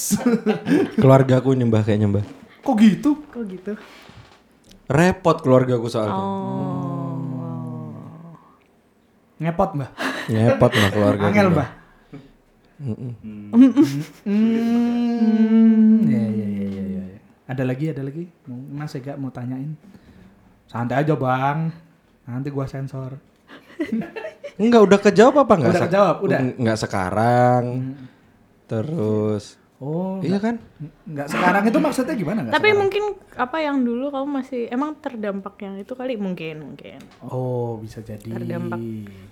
E: Keluarga aku nih mbah kayaknya mbah.
A: Kok gitu?
D: kok gitu
E: Repot keluarga aku soalnya.
D: Oh.
A: Ngepot mbak.
E: Repot mbah keluarga.
A: Angel
E: aku,
A: mbak. Hmm. Ya ya ya ya ya. Ada lagi ada lagi. Mau- Mas Ega mau tanyain. Santai aja bang. Nanti gua sensor.
E: Enggak udah kejawab apa enggak?
A: Udah kejawab, udah. Hmm.
E: Enggak sekarang. Terus
A: Oh.
E: iya kan?
A: Enggak sekarang itu maksudnya gimana nggak
D: tapi
A: sekarang?
D: mungkin apa yang dulu kamu masih emang terdampak yang itu kali mungkin mungkin
A: Oh bisa jadi.
D: Terdampak.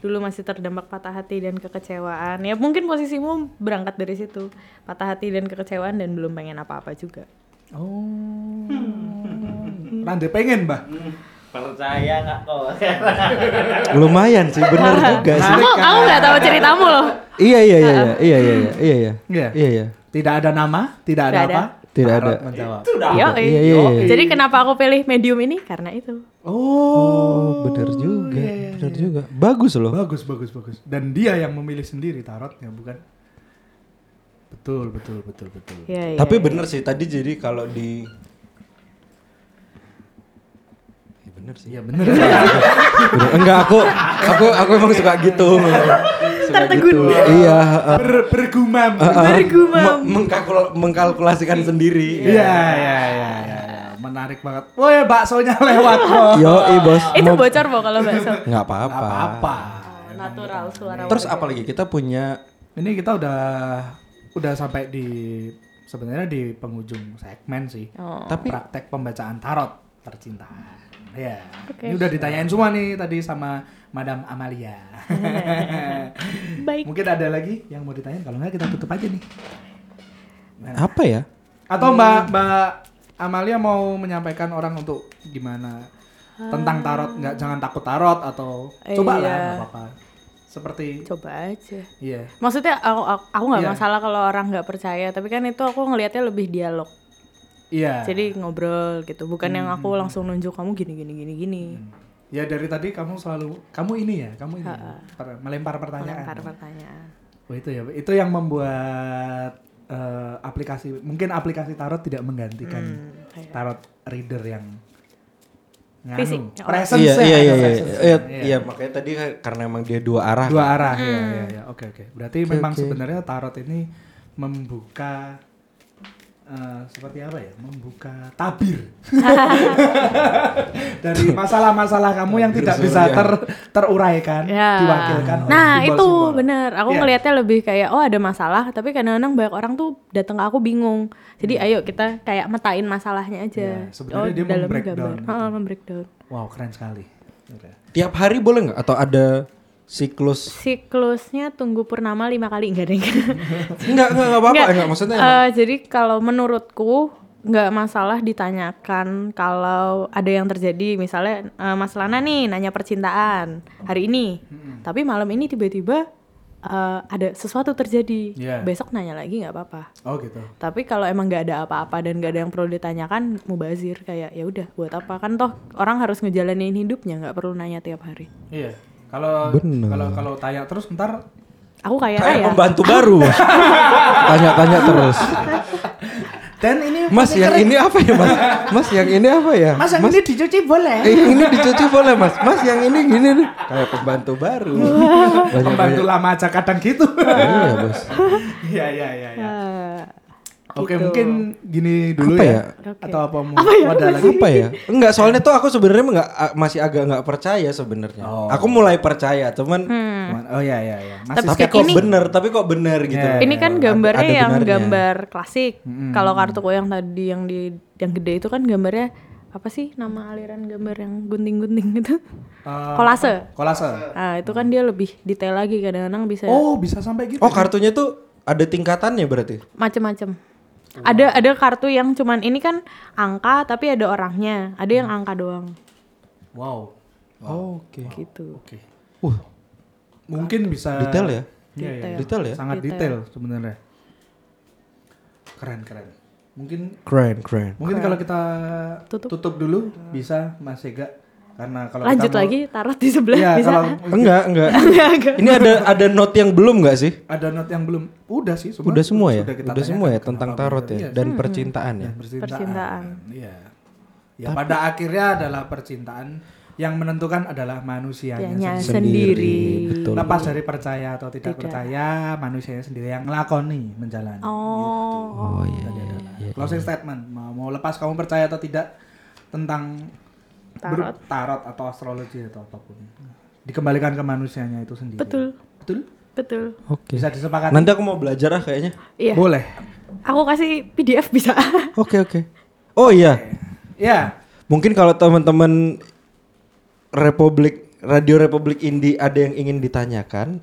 D: dulu masih terdampak patah hati dan kekecewaan ya mungkin posisimu berangkat dari situ patah hati dan kekecewaan dan belum pengen apa-apa juga
A: Oh. Rande pengen, Mbah.
B: Percaya nggak kok?
E: Lumayan sih, bener juga sih.
D: Aku aku nggak tahu ceritamu loh.
E: Iya iya iya iya iya iya iya iya.
A: Iya.
E: Iya iya.
A: Tidak ada nama, tidak ada
D: Tidak ada.
A: apa?
E: Tidak
A: Tarot
E: ada.
A: menjawab.
B: Itu udah.
D: Yo,
E: Iya iya iya.
D: Jadi kenapa aku pilih medium ini? Karena itu.
E: Oh, bener juga.
D: iya,
E: Bener juga. Bagus loh.
A: iya, Bagus, bagus, bagus. Dan dia yang memilih sendiri tarotnya, bukan? Betul, betul, betul, betul.
D: Iya, iya.
E: Tapi bener sih tadi jadi kalau di Ya, bener sih.
A: Iya bener. Iya.
E: Bener. Gitu. Enggak aku aku aku emang suka gitu. Suka
D: Tertegun.
E: gitu. Iya. eh,
A: Ber, bergumam.
E: eh,
D: Bergumam.
E: me- mengkalkul- mengkalkulasikan sendiri.
A: Iya, iya, iya, iya. iya. Menarik banget. Woi, baksonya lewat.
E: Iya,
A: Bos.
E: Yo, bos.
D: Itu
E: mau-
D: bocor bo kalau bakso.
E: Nggak apa-apa.
A: Apa-apa.
D: Natural
A: gitu.
D: suara.
E: Terus apalagi kita punya
A: Ini kita udah udah sampai di sebenarnya di penghujung segmen sih.
D: Oh.
E: tapi
A: Praktek pembacaan tarot percintaan. Ya.
D: Oke.
A: Ini udah ditanyain semua nih tadi sama Madam Amalia.
D: Baik.
A: Mungkin ada lagi yang mau ditanyain kalau nggak kita tutup aja nih.
E: apa ya?
A: Atau Mbak
D: Hmm.
A: Mbak Amalia mau menyampaikan orang untuk gimana tentang tarot nggak jangan takut tarot atau
D: Eh,
A: cobalah
D: Ah. iya.
A: nggak apa-apa. Seperti
D: Coba aja.
A: iya.
D: Maksudnya aku aku- aku nggak
A: Iya.
D: masalah kalau orang nggak percaya, tapi kan itu aku ngelihatnya lebih dialog.
A: Iya.
D: Jadi ngobrol gitu, bukan yang aku langsung nunjuk kamu gini gini gini gini.
A: ya dari tadi kamu selalu kamu ini ya, kamu ini per- melempar pertanyaan.
D: Melempar pertanyaan.
A: Oh, itu ya. Itu yang membuat eh, aplikasi mungkin aplikasi tarot tidak menggantikan
D: iya.
A: tarot reader yang nganu,
D: Fisik. Oh.
A: presence ya,
E: iya, iya,
A: ada
E: iya, iya,
A: presence-nya.
E: iya,
A: Iya.
E: iya, makanya tadi kan karena emang dia dua arah.
A: dua
E: kan.
A: arah ya,
D: Hmm.
A: ya, ya. oke oke berarti memang sebenarnya tarot ini membuka eh, seperti apa ya membuka tabir dari masalah-masalah kamu yang tidak bisa ter- teruraikan
D: Ya.
A: Kan diwakilkan oleh
D: Nah itu
A: simbol-simbol.
D: bener. Aku
A: Iya.
D: ngelihatnya lebih kayak oh ada masalah, tapi kadang-kadang banyak orang tuh datang ke aku bingung. Jadi ayo kita kayak metain masalahnya aja.
A: Hmm.
D: Oh,
A: Iya, sebenarnya dia
D: dalamnya
A: membreakdown gitu.
D: Heeh, membreakdown.
A: wow keren sekali Oke.
E: Tiap hari boleh nggak? Atau ada siklus?
D: Siklusnya tunggu purnama lima kali enggak deh.
E: Enggak, enggak, enggak apa-apa, enggak maksudnya.
D: eh, jadi kalau menurutku nggak masalah ditanyakan kalau ada yang terjadi misalnya eh, Mas Lana nih nanya percintaan hari ini, tapi malam ini tiba-tiba eh, ada sesuatu terjadi,
A: Iya.
D: besok nanya lagi nggak apa-apa.
A: oh gitu
D: Tapi kalau emang nggak ada apa-apa dan nggak ada yang perlu ditanyakan, mubazir kayak ya udah buat apa kan toh orang harus ngejalanin hidupnya nggak perlu nanya tiap hari.
A: iya kalau
E: Bener.
A: kalau kalau tanya terus ntar
D: Aku kayak
E: Kayak
D: ya.
E: pembantu baru. Bos. Tanya-tanya terus.
A: dan ini
E: Mas, yang ini apa ya, Mas? Mas, yang ini apa ya?
A: mas yang ini dicuci boleh
E: Eh, yang ini dicuci boleh, Mas. Mas, yang ini gini nih. Kayak pembantu baru.
A: pembantu
E: Banyak-banyak.
A: lama aja kadang gitu
E: Iya, Bos.
A: iya iya iya iya.
D: eh,
A: Oke
D: gitu.
A: mungkin gini dulu
E: Apa
A: ya,
E: ya?
D: Oke.
A: atau apa mau mau ada lagi?
E: apa ya? Enggak, soalnya tuh aku sebenarnya enggak masih agak nggak percaya sebenarnya.
A: Oh.
E: Aku mulai percaya, cuman
A: Cuman- Oh ya ya ya. Masih
E: tapi kok bener, tapi kok bener gitu.
A: Iya.
D: Ini kan
E: Ada-
D: gambarnya
E: ada
D: yang
E: benarnya.
D: gambar klasik. Kalau kartu koyang tadi yang di yang gede itu kan gambarnya apa sih nama aliran gambar yang gunting-gunting gitu?
A: Eh,
D: Kolase.
A: kolase.
D: Ah, itu kan dia lebih detail lagi kadang-kadang bisa
A: Oh bisa sampai gitu.
E: Oh, kartunya tuh ada tingkatannya berarti.
D: macem-macem. Ada ada kartu yang cuman ini kan angka tapi ada orangnya. Ada yang angka doang
A: Wow.
E: Oke.
D: gitu.
A: Oke.
E: Uh,
A: Mungkin bisa.
E: detail ya?
A: Iya, iya.
E: Detail ya?
A: Sangat detail, sebenarnya. Keren keren. Mungkin
E: Keren, keren.
A: mungkin kalau kita
D: Tutup.
A: tutup, dulu bisa Mas Ega karena kalau
D: Lanjut
A: kita mau-
D: lagi taruh di sebelah
A: Iya,
D: bisa.
A: kalau
E: Enggak, enggak. Ini ada ada note yang belum enggak sih?
A: ada note yang belum udah sih semua.
E: Udah semua ya?
A: Sudah kita
E: Udah semua ya
A: tanyakan
E: tentang
A: kenapa
E: tarot
A: bener.
E: ya
A: Iya,
E: dan percintaan ya.
A: Dan percintaan.
D: Nah, Percintaan.
A: Iya. Ya pada akhirnya adalah percintaan yang menentukan adalah manusianya
D: Dianya
A: sendiri.
D: Ya, sendiri.
E: Betul.
A: Lepas dari percaya atau tidak, percaya, manusianya sendiri yang ngelakoni menjalani.
D: Oh.
E: Oh iya. iya, iya.
A: Closing statement. Mau, mau lepas kamu percaya atau tidak tentang ber- tarot atau astrologi atau apapun. Dikembalikan ke manusianya itu sendiri.
D: Betul.
A: Betul.
D: Betul.
E: Oke.
A: Bisa disepakati.
E: Nanti aku mau belajar ah kayaknya.
D: Iya.
A: Boleh.
D: Aku kasih PDF bisa.
E: Oke, oke. Oh iya.
A: Ya.
E: Mungkin kalau teman-teman Republik Radio Republik Indi ada yang ingin ditanyakan,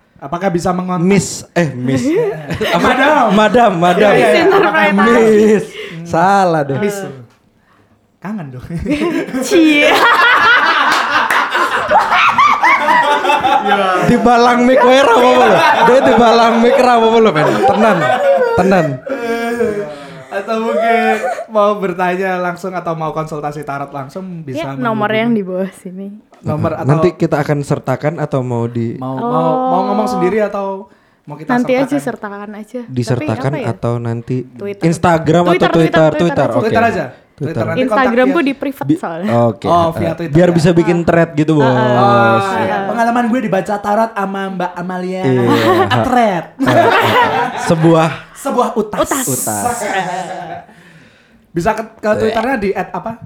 A: Ya. Apakah bisa mengontak?
E: Miss eh Miss
A: Iya.
E: Apa?
A: Madam.
E: Madam, Madam.
A: Iya, iya, iya.
E: Miss. Salah dong.
A: kangen dong
D: Cie.
E: Di balang mic wae ra apa-apa lho. Dia di balang mic ra apa-apa lho, men. Tenan. Tenan.
A: atau mungkin mau bertanya langsung atau mau konsultasi tarot langsung bisa
D: Ya, nomor
A: menghubungi.
D: yang di bawah sini.
A: nomor atau
E: Nanti kita akan sertakan atau mau di
A: mau mau mau ngomong sendiri atau mau kita
D: Nanti aja
A: sertakan?
D: sertakan aja. Tapi
E: disertakan
D: apa ya?
E: atau nanti
D: Twitter.
E: Instagram atau
D: Twitter,
E: Twitter
D: Twitter,
E: Twitter.
D: Twitter
E: Oke.
A: Twitter aja. Twitter. Nanti
D: Instagramku
A: kontaknya-
D: di private
E: Bi-
D: soalnya. Ah.
E: Oke. Eh,
A: Oh, via Twitter
E: Biar
A: ya.
E: bisa bikin thread gitu, Bos.
A: Oh, iya. pengalaman gue dibaca tarot sama Mbak Amalia
E: Iya.
A: Atret
E: Sebuah
A: sebuah utas,
D: Utas.
E: Utas. Iya.
A: bisa ke, ke twitternya di at apa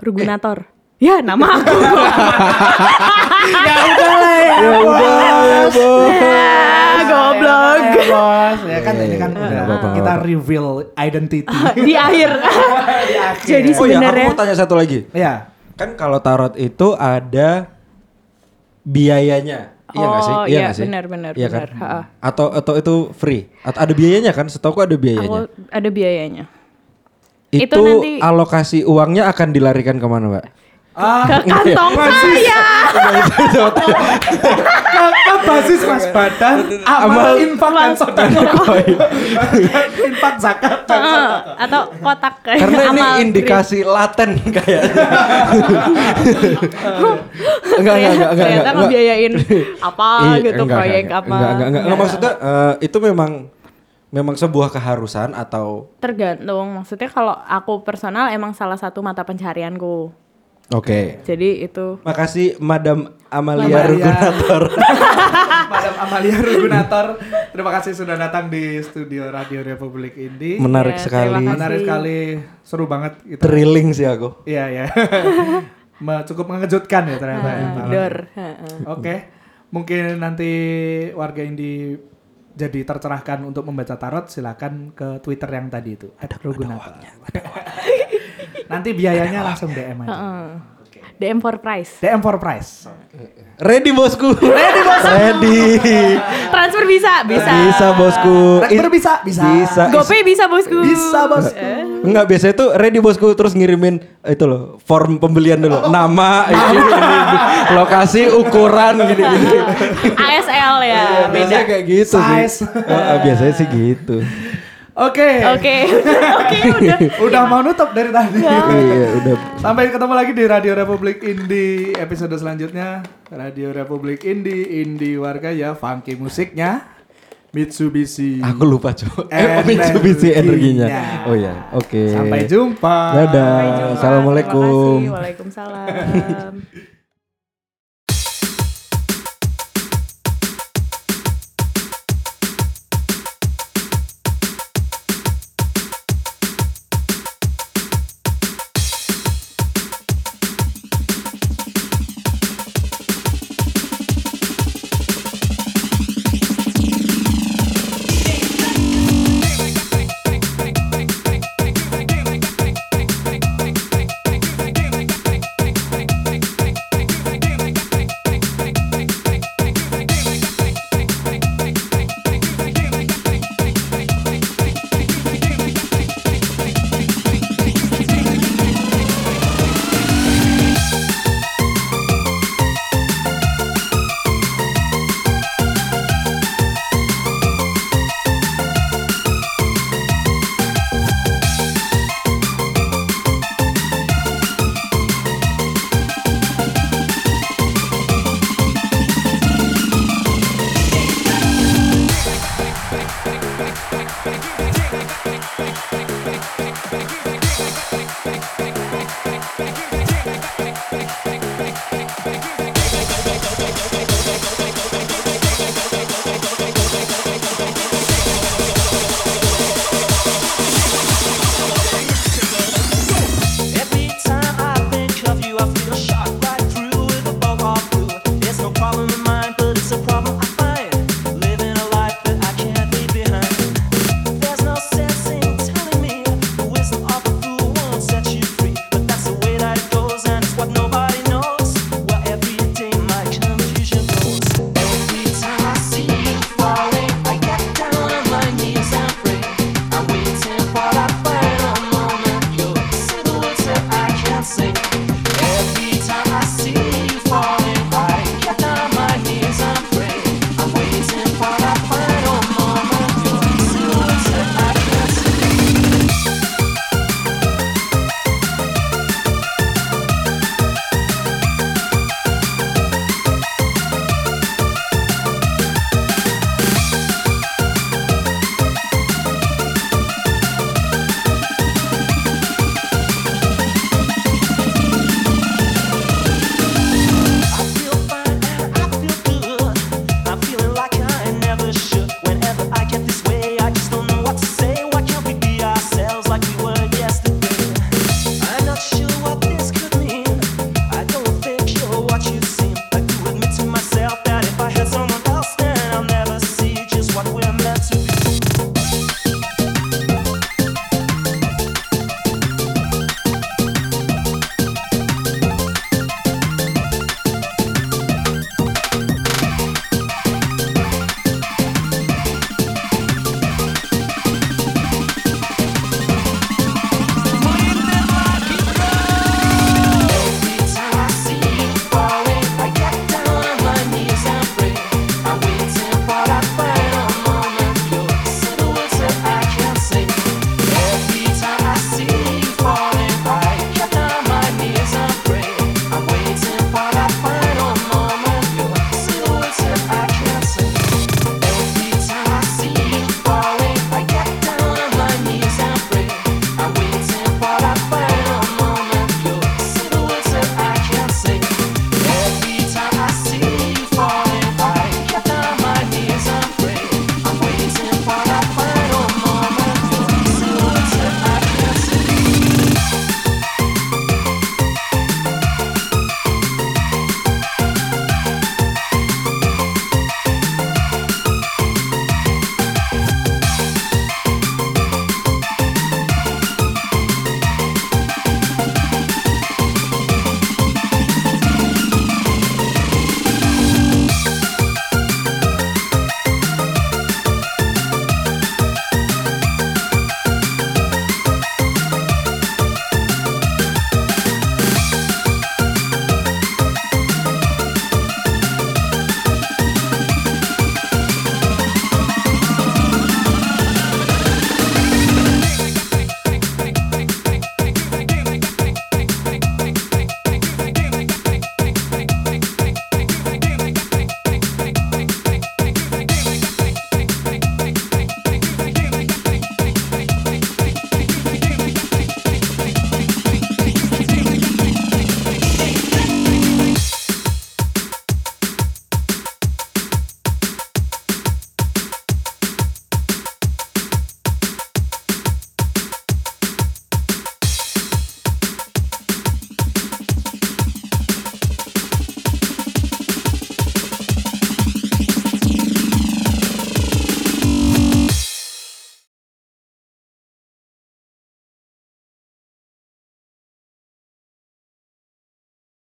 D: Rugunator. Ya, nama aku.
A: ya udah lah ya udah
E: Oh, iya,
D: Ah, Goblok.
A: bos ya kan ini kan
E: Iya,
A: udah
E: nggak apa-apa,
A: kita
E: nggak apa-apa.
A: reveal identity Iya.
D: Di akhir. Ah, iya. Jadi
E: Oh ya,
D: sebenarnya
E: aku mau tanya satu lagi.
A: ya
E: Kan kalau tarot itu ada biayanya. Iya nggak sih?
D: Oh,
E: Iya
D: iya,
E: nggak sih?
D: benar, benar,
E: Iya kan?
D: benar. Ha-ha.
E: Atau atau itu free? Atau ada biayanya kan? Setahu aku ada
D: aku
E: biayanya.
D: ada biayanya.
E: itu
D: Itu nanti-
E: alokasi uangnya akan dilarikan kemana, Mbak?
A: ah
D: Ke
E: iya.
D: kantong saya. Nah,
A: apa basis mas badan amal infak dan sodako infak zakat dan
D: Heeh, Ah, atau kotak kayak
E: Karena ini
D: Eh, amal
E: indikasi laten kayaknya. enggak, enggak, enggak, enggak,
D: Ternyata
E: enggak,
D: ngebiayain apa
E: Iya,
D: gitu
E: enggak,
D: proyek
E: enggak,
D: apa. Iya.
E: Enggak, enggak, enggak, enggak. maksudnya eh, itu memang memang sebuah keharusan atau
D: Tergantung maksudnya kalau aku personal emang salah satu mata pencarianku.
E: oke.
D: Jadi itu
E: Makasih Madam Amalia
A: Amalia.
E: Rugunator.
A: Madam Amalia Rugunator terima kasih sudah datang di studio Radio Republik Indi
E: Menarik
D: Iya,
E: sekali.
D: terima kasih.
A: menarik sekali seru banget itu
E: Thrilling sih aku.
A: Iya ya. Me- Cukup mengejutkan ya ternyata. ya.
D: dor. eh, Heeh.
A: Oke. Mungkin nanti warga Indi jadi tercerahkan untuk membaca tarot silakan ke Twitter yang tadi itu. Ada nanti biayanya langsung DM aja.
D: DM for price.
A: DM for price.
E: Ready bosku. Ready bosku. Ready.
D: Transfer bisa, bisa.
E: Bisa bosku.
A: Rektor
E: It-
A: bisa, bisa.
E: Bisa.
D: GoPay bisa bosku.
A: Bisa, Bosku.
E: Enggak biasanya tuh ready bosku terus ngirimin eh, itu loh form pembelian dulu nama eh, ini, ini, ini, gitu. lokasi ukuran gini gini
D: Ah, ASL ya. Beda.
E: Iya, biasanya kayak gitu
A: Size.
E: sih Ah, ah, biasanya sih gitu
A: Oke.
D: Oke. Oke, udah.
A: Udah mau nutup dari tadi.
E: iya udah
A: Sampai ketemu lagi di Radio Republik Indi episode selanjutnya. Radio Republik Indi, Indi warga ya, funky musiknya. Mitsubishi.
E: aku lupa coba eh
A: Energinya.
E: Mitsubishi energinya oh ya oke
A: Sampai jumpa.
E: dadah
D: Sampai jumpa.
E: assalamualaikum
D: Terima kasih. Waalaikumsalam.